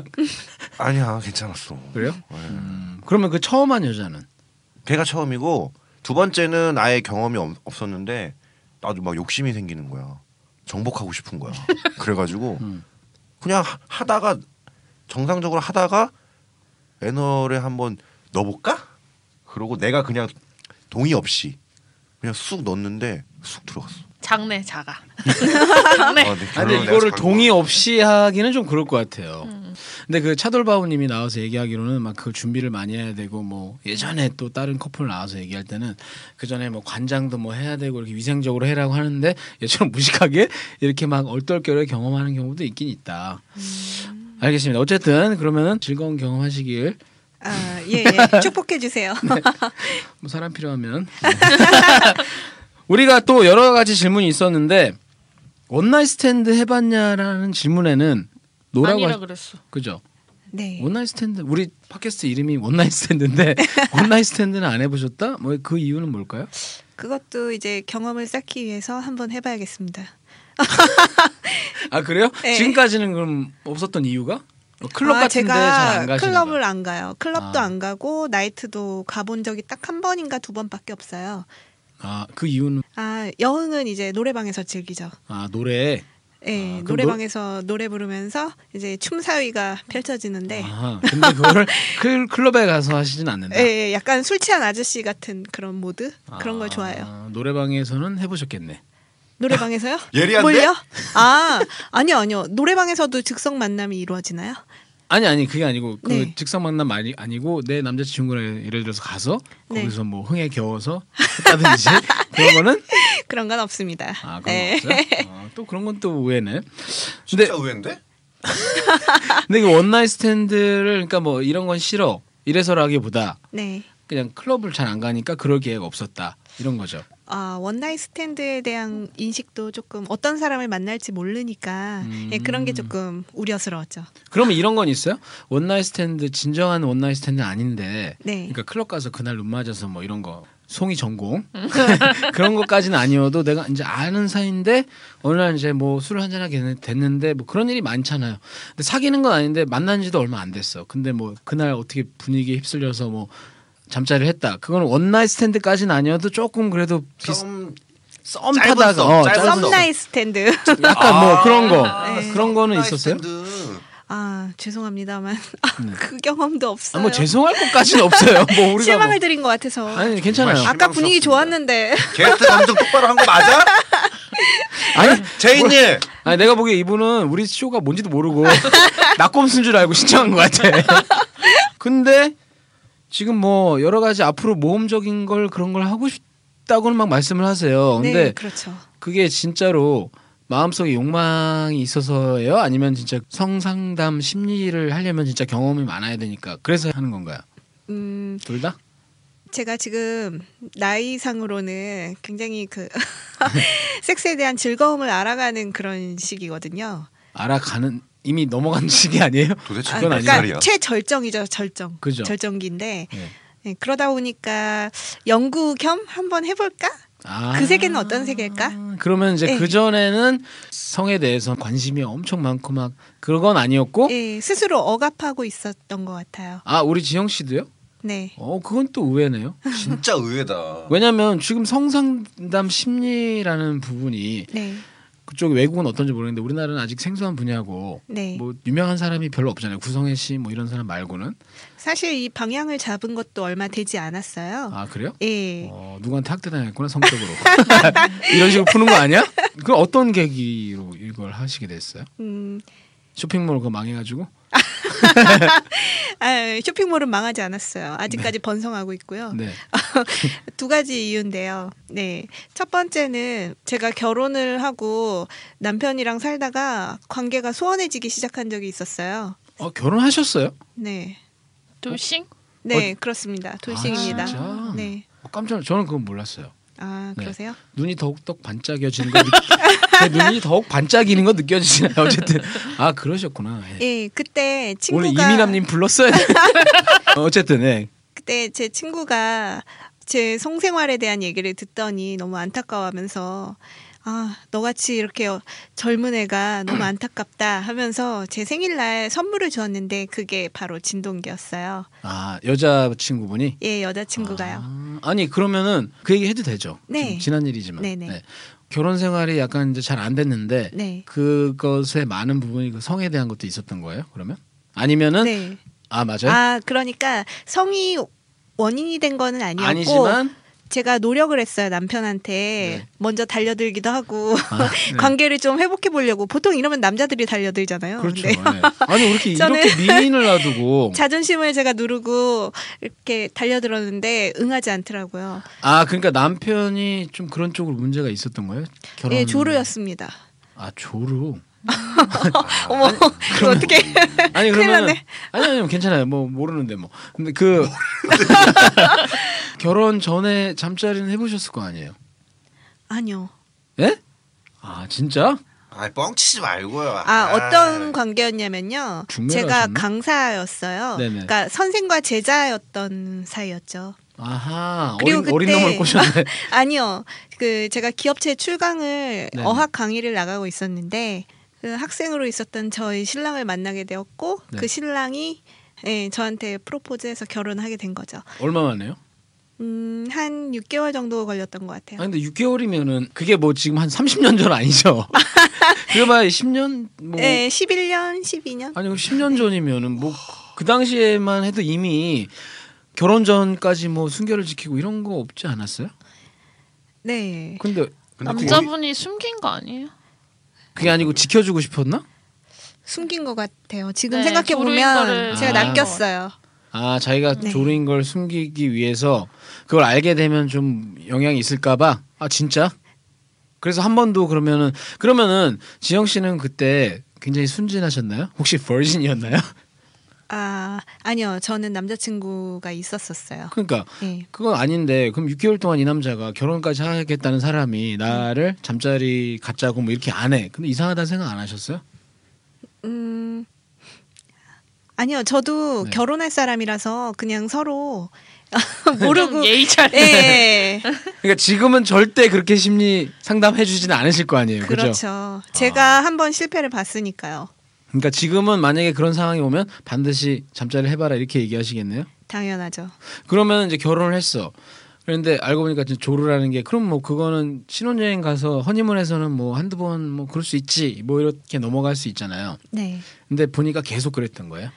아니야 괜찮았어. 그래요 네. 음, 그러면 그 처음 한 여자는 걔가 처음이고 두 번째는 아예 경험이 없- 없었는데 나도 막 욕심이 생기는 거야. 정복하고 싶은 <laughs> 거야. 그래가지고 음. 그냥 하- 하다가 정상적으로 하다가 애널에 한번 넣어볼까? 그러고 내가 그냥 동의 없이 그냥 쑥 넣었는데 쑥 들어갔어. 작네 작아. <laughs> 작네. 네, 아, 근데 결론은 이거를 내가 잘 동의 없이 하기는 좀 그럴 것 같아요. 근데 그 차돌바오님이 나와서 얘기하기로는 막 그 준비를 많이 해야 되고 뭐 예전에 또 다른 커플 나와서 얘기할 때는 그 전에 뭐 관장도 뭐 해야 되고 이렇게 위생적으로 해라고 하는데 얘처럼 무식하게 이렇게 막 얼떨결에 경험하는 경우도 있긴 있다. 알겠습니다. 어쨌든 그러면은 즐거운 경험하시길 아, 예, <laughs> 예. 축복해 주세요. 뭐 사람 필요하면 네. 우리가 또 여러 가지 질문이 있었는데 원나잇 스탠드 해봤냐라는 질문에는 노라고 아니라 하... 그랬어. 그죠? <laughs> 네. 원나잇 스탠드 우리 팟캐스트 이름이 원나잇 <laughs> 스탠드인데 원나잇 스탠드는 안 해보셨다? 뭐 그 이유는 뭘까요? 그것도 이제 경험을 쌓기 위해서 한번 해 봐야겠습니다. 아 그래요? 네. 지금까지는 그럼 없었던 이유가? 뭐 클럽 아, 같은데 잘 안 가시는 클럽을 안 가요. 클럽도 아. 안 가고 나이트도 가본 적이 딱 한 번인가 두 번밖에 없어요. 아그 이유는 아 여흥은 이제 노래방에서 즐기죠. 아 노래. 아, 예, 그럼 노래방에서 노래 부르면서 이제 춤 사위가 펼쳐지는데 아, 근데 <laughs> 그거를 클, 클럽에 가서 하시진 않는다. 예, 예, 약간 술 취한 아저씨 같은 그런 모드 그런 걸 아, 좋아해요. 노래방에서는 해보셨겠네. <laughs> 노래방에서요? 예리한데? 뭘요? 아 아니요 아니요 노래방에서도 즉석 만남이 이루어지나요? <laughs> 아니 아니 그게 아니고 그 네. 직상 만남 아니, 아니고 내 남자친구랑 예를 들어서 가서 네. 거기서 뭐 흥에 겨워서 <laughs> 했다든지 그런 거는 그런 건 없습니다. 아 예. 그런 거 없어요. 아, 또 그런 건 또 의외네. 근데 진짜 의외인데? 근데 그 원나잇 스탠드를 그러니까 뭐 이런 건 싫어 이래서라기보다 네. 그냥 클럽을 잘 안 가니까 그럴 기회가 없었다 이런 거죠. 아, 원나잇 스탠드에 대한 인식도 조금 어떤 사람을 만날지 모르니까 예, 그런 게 조금 우려스러웠죠. 그러면 이런 건 있어요? 원나잇 스탠드 진정한 원나잇 스탠드 아닌데 네. 그러니까 클럽 가서 그날 눈 맞아서 뭐 이런 거 송이 전공 <laughs> 그런 것까지는 아니어도 내가 이제 아는 사이인데 어느 날 이제 뭐 술을 한잔 하게 됐는데 뭐 그런 일이 많잖아요. 근데 사귀는 건 아닌데 만난 지도 얼마 안 됐어. 근데 뭐 그날 어떻게 분위기에 휩쓸려서 뭐 잠자리를 했다. 그건 원나잇 스탠드까지는 아니어도 조금 그래도 비슷 좀 썸 짧은 타다가 썸, 어, 짧은 짧은 썸. 썸나잇 스탠드. <laughs> 약간 뭐 그런 거 네. 그런 거는 나이스 있었어요? 밴드. 아, 죄송합니다만 아, 그 경험도 아, 없어요. 뭐 죄송할 것까지는 없어요. 뭐 우리가 실망을 뭐- 드린 것 같아서. 아니 괜찮아요. 아까 분위기 실망스럽습니다. 좋았는데 게스트 감정 똑바로 한 거 <laughs> 맞아? 아니 제이님 아니 내가 보기에 이분은 우리 쇼가 뭔지도 <laughs> 모르고 낙곰순 줄 알고 신청한 것 같아. 근데 지금 뭐 여러 가지 앞으로 모험적인 걸 그런 걸 하고 싶다고는 막 말씀을 하세요. 네, 어, 근데 그렇죠. 그게 진짜로 마음속에 욕망이 있어서예요? 아니면 진짜 성상담 심리를 하려면 진짜 경험이 많아야 되니까 그래서 하는 건가요? 음, 둘 다? 제가 지금 나이상으로는 굉장히 그 <laughs> 섹스에 대한 즐거움을 알아가는 그런 시기거든요. 알아가는 이미 넘어간 시기 아니에요? 도대체 아, 그건 아닌 그러니까 말이야. 최절정이죠, 절정. 그죠. 절정기인데 예. 예, 그러다 보니까 연구 겸 한번 해볼까? 아. 그 세계는 어떤 세계일까? 그러면 이제 예. 그 전에는 성에 대해서 관심이 엄청 많고 막 그건 아니었고 예, 스스로 억압하고 있었던 것 같아요. 아 우리 지영 씨도요? 네. 어 그건 또 의외네요. 진짜 의외다. 왜냐하면 지금 성상담 심리라는 부분이 네. 그쪽 외국은 어떤지 모르겠는데 우리나라는 아직 생소한 분야고 네. 뭐 유명한 사람이 별로 없잖아요. 구성혜 씨 뭐 이런 사람 말고는 사실 이 방향을 잡은 것도 얼마 되지 않았어요. 아 그래요? 예. 어, 누구한테 학대 당했구나 성적으로 <laughs> 이런 식으로 푸는 거 아니야? 그 어떤 계기로 이걸 하시게 됐어요? 음, 쇼핑몰 그거 망해가지고 어. 아, 쇼핑몰은 망하지 않았어요. 아직까지 번성하고 있고요. 네. 두 가지 이유인데요. 네. 첫 번째는 제가 결혼을 하고 남편이랑 살다가 관계가 소원해지기 시작한 적이 있었어요. 어 결혼하셨어요? 네. 돌싱? 네, 그렇습니다. 돌싱입니다. 어? 아, 진짜? 네. 어, 깜짝 놀- 저는 그건 몰랐어요. 아, 네. 그러세요? 눈이 더욱더 반짝여지는 거 느... <laughs> 제 눈이 더욱 반짝이는 거 느껴지시나요? 어쨌든 아 그러셨구나. 예. 예, 그때 오늘 친구가 이민남님 불렀어요. <laughs> 어쨌든 예. 그때 제 친구가 제 성생활에 대한 얘기를 듣더니 너무 안타까워하면서 아 너같이 이렇게 어- 젊은 애가 너무 안타깝다 하면서 제 생일날 선물을 주었는데 그게 바로 진동기였어요. 아 여자 친구분이 예 여자친구가요. 아, 아니 그러면은 그 얘기 해도 되죠. 네. 지금 지난 일이지만 네네. 네. 결혼 생활이 약간 이제 잘 안 됐는데 네. 그것의 많은 부분이 그 성에 대한 것도 있었던 거예요. 그러면 아니면은 네. 아 맞아요. 아 그러니까 성이 원인이 된 거는 아니었고 아니지만 제가 노력을 했어요 남편한테 네. 먼저 달려들기도 하고 <laughs> 아, 네. 관계를 좀 회복해 보려고 보통 이러면 남자들이 달려들잖아요. 그렇죠. 네. 네. 예. 아니 이렇게 <laughs> 저는 이렇게 미인을 놔두고 <laughs> 자존심을 제가 누르고 이렇게 달려들었는데 응하지 않더라고요. 예, 아 그러니까 남편이 좀 그런 쪽으로 문제가 있었던 거예요? 결혼 예, 조르였습니다. 아 <laughs> 조루. 아, 어머, <laughs> 이거 어떻게? <laughs> 아니 큰일 그러면 아니 났네. 아니 괜찮아요. 뭐 모르는데 뭐. 근데 <laughs> 그 결혼 전에 잠자리는 해보셨을 거 아니에요? 아니요. 예? 아 진짜? 아 뻥치지 말고요. 아, 어떤 관계였냐면요. 제가 네. 중매라셨나? 강사였어요. 네네. 그러니까 선생과 제자였던 사이였죠. 아하 그리고 어린 어린 그때- 놈을 <laughs> 꼬셨네. 아니요. 그 제가 기업체 출강을 네네. 어학 강의를 나가고 있었는데 그 학생으로 있었던 저희 신랑을 만나게 되었고 네. 그 신랑이 예, 저한테 프로포즈해서 결혼하게 된 거죠. 얼마 만에요? 음, 한 6개월 정도 걸렸던 것 같아요. 아니 근데 6개월이면은 그게 뭐 지금 한 30년 전 <laughs> 아니죠? 그래봐야 10년 뭐 네, 11년, 12년. 아니 10년 전이면은 뭐 그 당시에만 해도 이미 결혼 전까지 뭐 순결을 지키고 이런 거 없지 않았어요? 네. 근데 남자분이 숨긴 <laughs> 거 아니에요? 그게 아니고 지켜주고 싶었나? 숨긴 것 같아요. 지금 네, 생각해 조르인거를 보면 제가 아. 낚였어요. 아 자기가 네. 조르인 걸 숨기기 위해서 그걸 알게 되면 좀 영향이 있을까봐 아 진짜 그래서 한 번도 그러면은 그러면은 지영 씨는 그때 굉장히 순진하셨나요? 혹시 버진이었나요? <laughs> 아, 아니요. 저는 남자친구가 있었었어요. 그러니까 네. 그건 아닌데 그럼 6개월 동안 이 남자가 결혼까지 하겠다는 사람이 나를 잠자리 갖자고 뭐 이렇게 안 해. 근데 이상하다 생각 안 하셨어요? 음. 아니요. 저도 네. 결혼할 사람이라서 그냥 서로 모르고 <laughs> 모르고 예의 잘 예, 예. 그러니까 지금은 절대 그렇게 심리 상담해 주진 않으실 거 아니에요. 그죠? 그렇죠. 제가 한 번 실패를 봤으니까요. 그러니까 지금은 만약에 그런 상황이 오면 반드시 잠자리를 해봐라 이렇게 얘기하시겠네요. 당연하죠. 그러면 이제 결혼을 했어. 그런데 알고 보니까 지금 조르라는 게 그럼 뭐 그거는 신혼여행 가서 허니문에서는 뭐 한두 번 뭐 그럴 수 있지 뭐 이렇게 넘어갈 수 있잖아요. 네. 근데 보니까 계속 그랬던 거예요.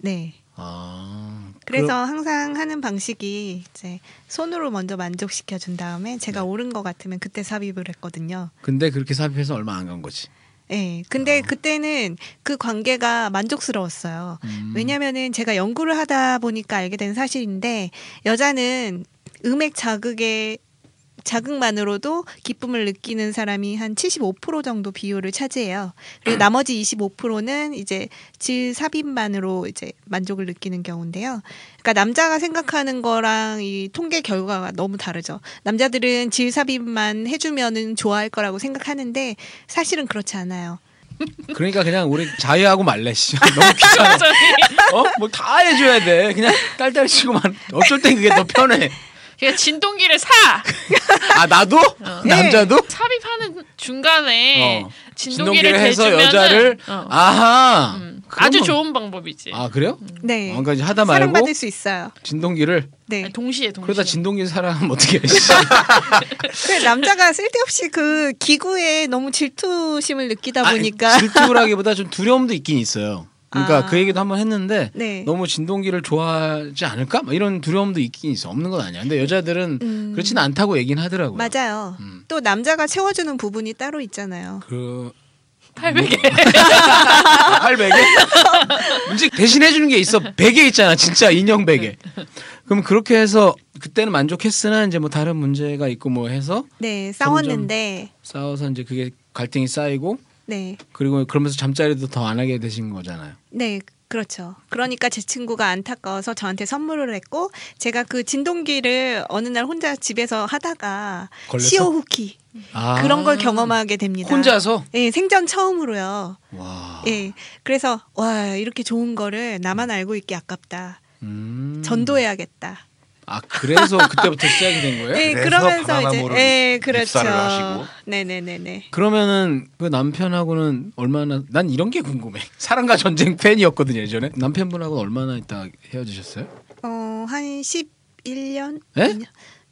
네. 아. 그래서 항상 하는 방식이 이제 손으로 먼저 만족시켜 준 다음에 제가 오른 것 같으면 그때 삽입을 했거든요. 근데 그렇게 삽입해서 얼마 안 간 거지. 예. 근데 그때는 그 관계가 만족스러웠어요. 음. 왜냐면은 제가 연구를 하다 보니까 알게 된 사실인데 여자는 음액 자극에 자극만으로도 기쁨을 느끼는 사람이 한 75% 정도 비율을 차지해요. 그리고 나머지 25%는 이제 질 삽입만으로 이제 만족을 느끼는 경우인데요. 그러니까 남자가 생각하는 거랑 이 통계 결과가 너무 다르죠. 남자들은 질 삽입만 해주면은 좋아할 거라고 생각하는데 사실은 그렇지 않아요. 그러니까 그냥 우리 자유하고 말래 씨. <laughs> 너무 귀찮아. 어? 뭐 다 해줘야 돼. 그냥 딸딸 치고만 어쩔 땐 그게 더 편해. 그냥 진동기를 사 아 나도 어. 남자도 삽입하는 중간에 어. 진동기를, 해서 대주면은- 여자를 어. 아하 음. 그러면- 아주 좋은 음. 방법이지. 아 그래요? 네. 뭔가 이제 하다 말고 사랑받을 수 있어요. 진동기를 네. 아니, 동시에 동시에. 그러다 진동기 <laughs> 사람 어떻게 해? 그 남자가 쓸데없이 그 기구에 너무 질투심을 느끼다 보니까 아니, 질투라기보다 좀 두려움도 있긴 있어요. 그러니까 아. 그 얘기도 한번 했는데 <laughs> 네. 너무 진동기를 좋아하지 않을까? 막 이런 두려움도 있긴 있어. 없는 건 아니야. 근데 여자들은 음. 그렇지는 않다고 얘기는 하더라고요. 맞아요. 음. 또 남자가 채워주는 부분이 따로 있잖아요. 그 뭐, 아, 800에 팔 베개? 문제 대신해 주는 게 있어. 베개 있잖아. 진짜 인형 베개. 그럼 그렇게 해서 그때는 만족했으나 이제 뭐 다른 문제가 있고 뭐 해서 네, 싸웠는데 싸워서 이제 그게 갈등이 쌓이고 네, 그리고 그러면서 잠자리도 더 안 하게 되신 거잖아요. 네. 그렇죠. 그러니까 제 친구가 안타까워서 저한테 선물을 했고 제가 그 진동기를 어느 날 혼자 집에서 하다가 걸렸어? 시오후키 아. 그런 걸 경험하게 됩니다. 혼자서 아. 예, 생전 처음으로요. 와. 예. 그래서 와, 이렇게 좋은 거를 나만 알고 있기 아깝다. 음. 전도해야겠다. 아 그래서 그때부터 시작이 된 거예요? 네, 그래서 그러면서 이제 바나모를 네, 그렇죠. 입사를 하시고. 네, 네, 네, 네. 그러면은 그 남편하고는 얼마나 난 이런 게 궁금해. 사랑과 전쟁 팬이었거든요 예전에. 남편분하고 얼마나 있다 헤어지셨어요? 어, 한 11년? 예?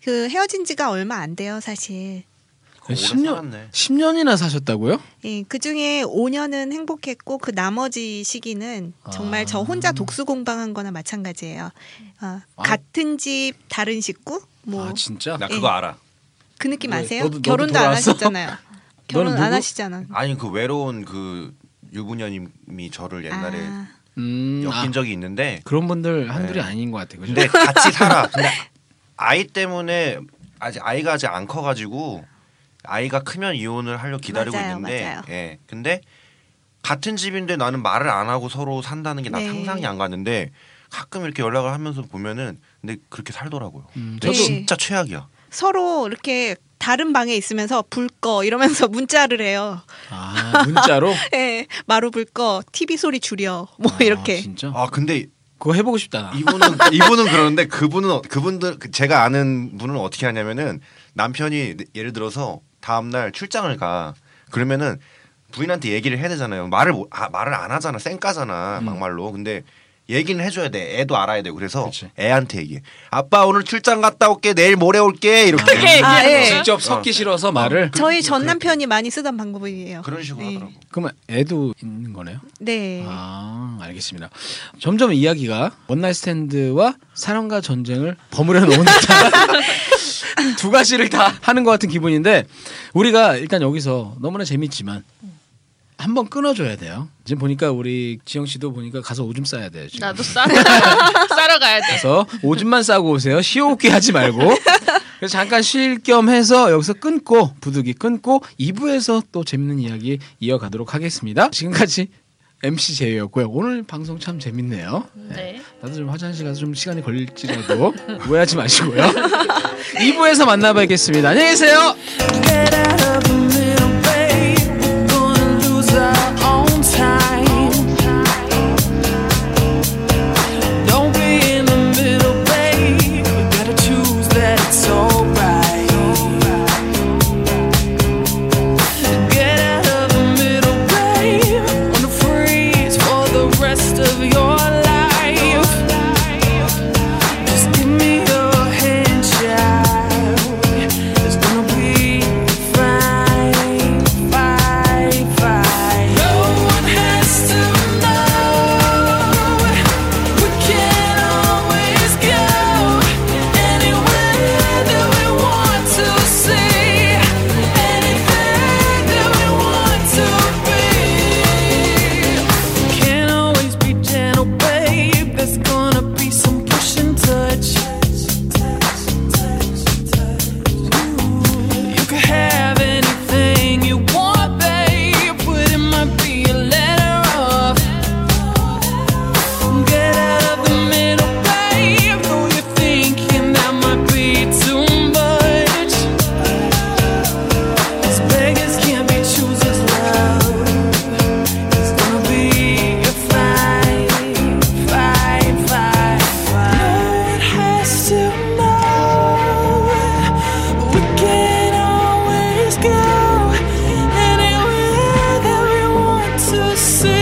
그 헤어진 지가 얼마 안 돼요, 사실. 오래 10년 살았네. 10년이나 사셨다고요? 예, 그 중에 5년은 행복했고 그 나머지 시기는 정말 저 혼자 독수 공방한 거나 마찬가지예요. 아, 아. 같은 집 다른 식구? 뭐 아 그 진짜? 나 예. 그거 알아. 느낌 왜? 아세요? <laughs> 너도- 너도 결혼도 안 돌아왔어? 하셨잖아요. 결혼 안 누구? 하시잖아. 아니 그 외로운 그 유부녀님이 저를 옛날에 아. 음, 아, 엮인 적이 네. 있는데 그런 분들 한둘이 아닌 것 같아요. 그죠? 근데 같이 살아. 근데 아이 때문에 아직 아이가 아직 안 커가지고 아이가 크면 이혼을 하려 기다리고 맞아요, 있는데, 맞아요. 예. 근데 같은 집인데 나는 말을 안 하고 서로 산다는 게 나 네. 상상이 안 가는데 가끔 이렇게 연락을 하면서 보면은 근데 그렇게 살더라고요. 음, 근데 저도- 네. 진짜 최악이야. 서로 이렇게 다른 방에 있으면서 불 거 이러면서 <laughs> 문자를 해요. 아 문자로? 예, 마루 불 거, TV 소리 줄여, <laughs> 뭐 아, 이렇게. 진짜? 아 근데 그거 해보고 싶다. 나. 이분은 이분은 그러는데 그분은 어- 그분들 그 제가 아는 분은 어떻게 하냐면은 남편이 예를 들어서 다음 날 출장을 가 그러면은 부인한테 얘기를 해야 되잖아요. 말을 못- 아, 말을 안 하잖아. 쌩까잖아. 막말로. 근데 얘기는 해줘야 돼. 애도 알아야 돼. 그래서 그치. 애한테 얘기해. 아빠 오늘 출장 갔다 올게. 내일 모레 올게. 이렇게. 어떻게 아, 얘기하는 예. 거야? 직접 섞기 싫어서 말을 저희 전 남편이 많이 쓰던 방법이에요. 그런 식으로 네. 하더라고. 그러면 애도 있는 거네요. 네. 아 알겠습니다. 점점 이야기가 원나잇 스탠드와 사랑과 전쟁을 버무려 놓은 듯한 두 가지를 다 하는 것 같은 기분인데 우리가 일단 여기서 너무나 재밌지만 한번 끊어줘야 돼요. 지금 보니까 우리 지영 씨도 보니까 가서 오줌 싸야 돼요. 지금. 나도 싸러 <laughs> 싸러 가야 돼. 그래서 오줌만 싸고 오세요. 시오기 하지 말고. 그래서 잠깐 쉴 겸 해서 여기서 끊고 부득이 끊고 2부에서 또 재밌는 이야기 이어가도록 하겠습니다. 지금까지 MC 제이였고요. 오늘 방송 참 재밌네요. 네. 나도 좀 화장실 가서 좀 시간이 걸릴지라도 오해하지 마시고요. 2부에서 만나뵙겠습니다. 안녕히 계세요. Get out of the middle, babe. We're gonna lose our own time. Don't be in the middle, babe. We gotta choose that it's alright. Get out of the middle, babe. Wanna freeze for the rest of your life. Just give me your hand, child. It's gonna be fine, fine, fine. No one has to know. We can always go anywhere that we want to see, anything that we want to be. Can always be gentle, babe. There's gonna be some push and touch. You can have anything you want, babe, but it might be a letter off. Get out of the middle, babe. Though you're thinking that might be too much. These beggars can't be choosers, love. It's gonna be a fight, fight, fight, fight. No one has to know. We can always go anywhere that we want to see.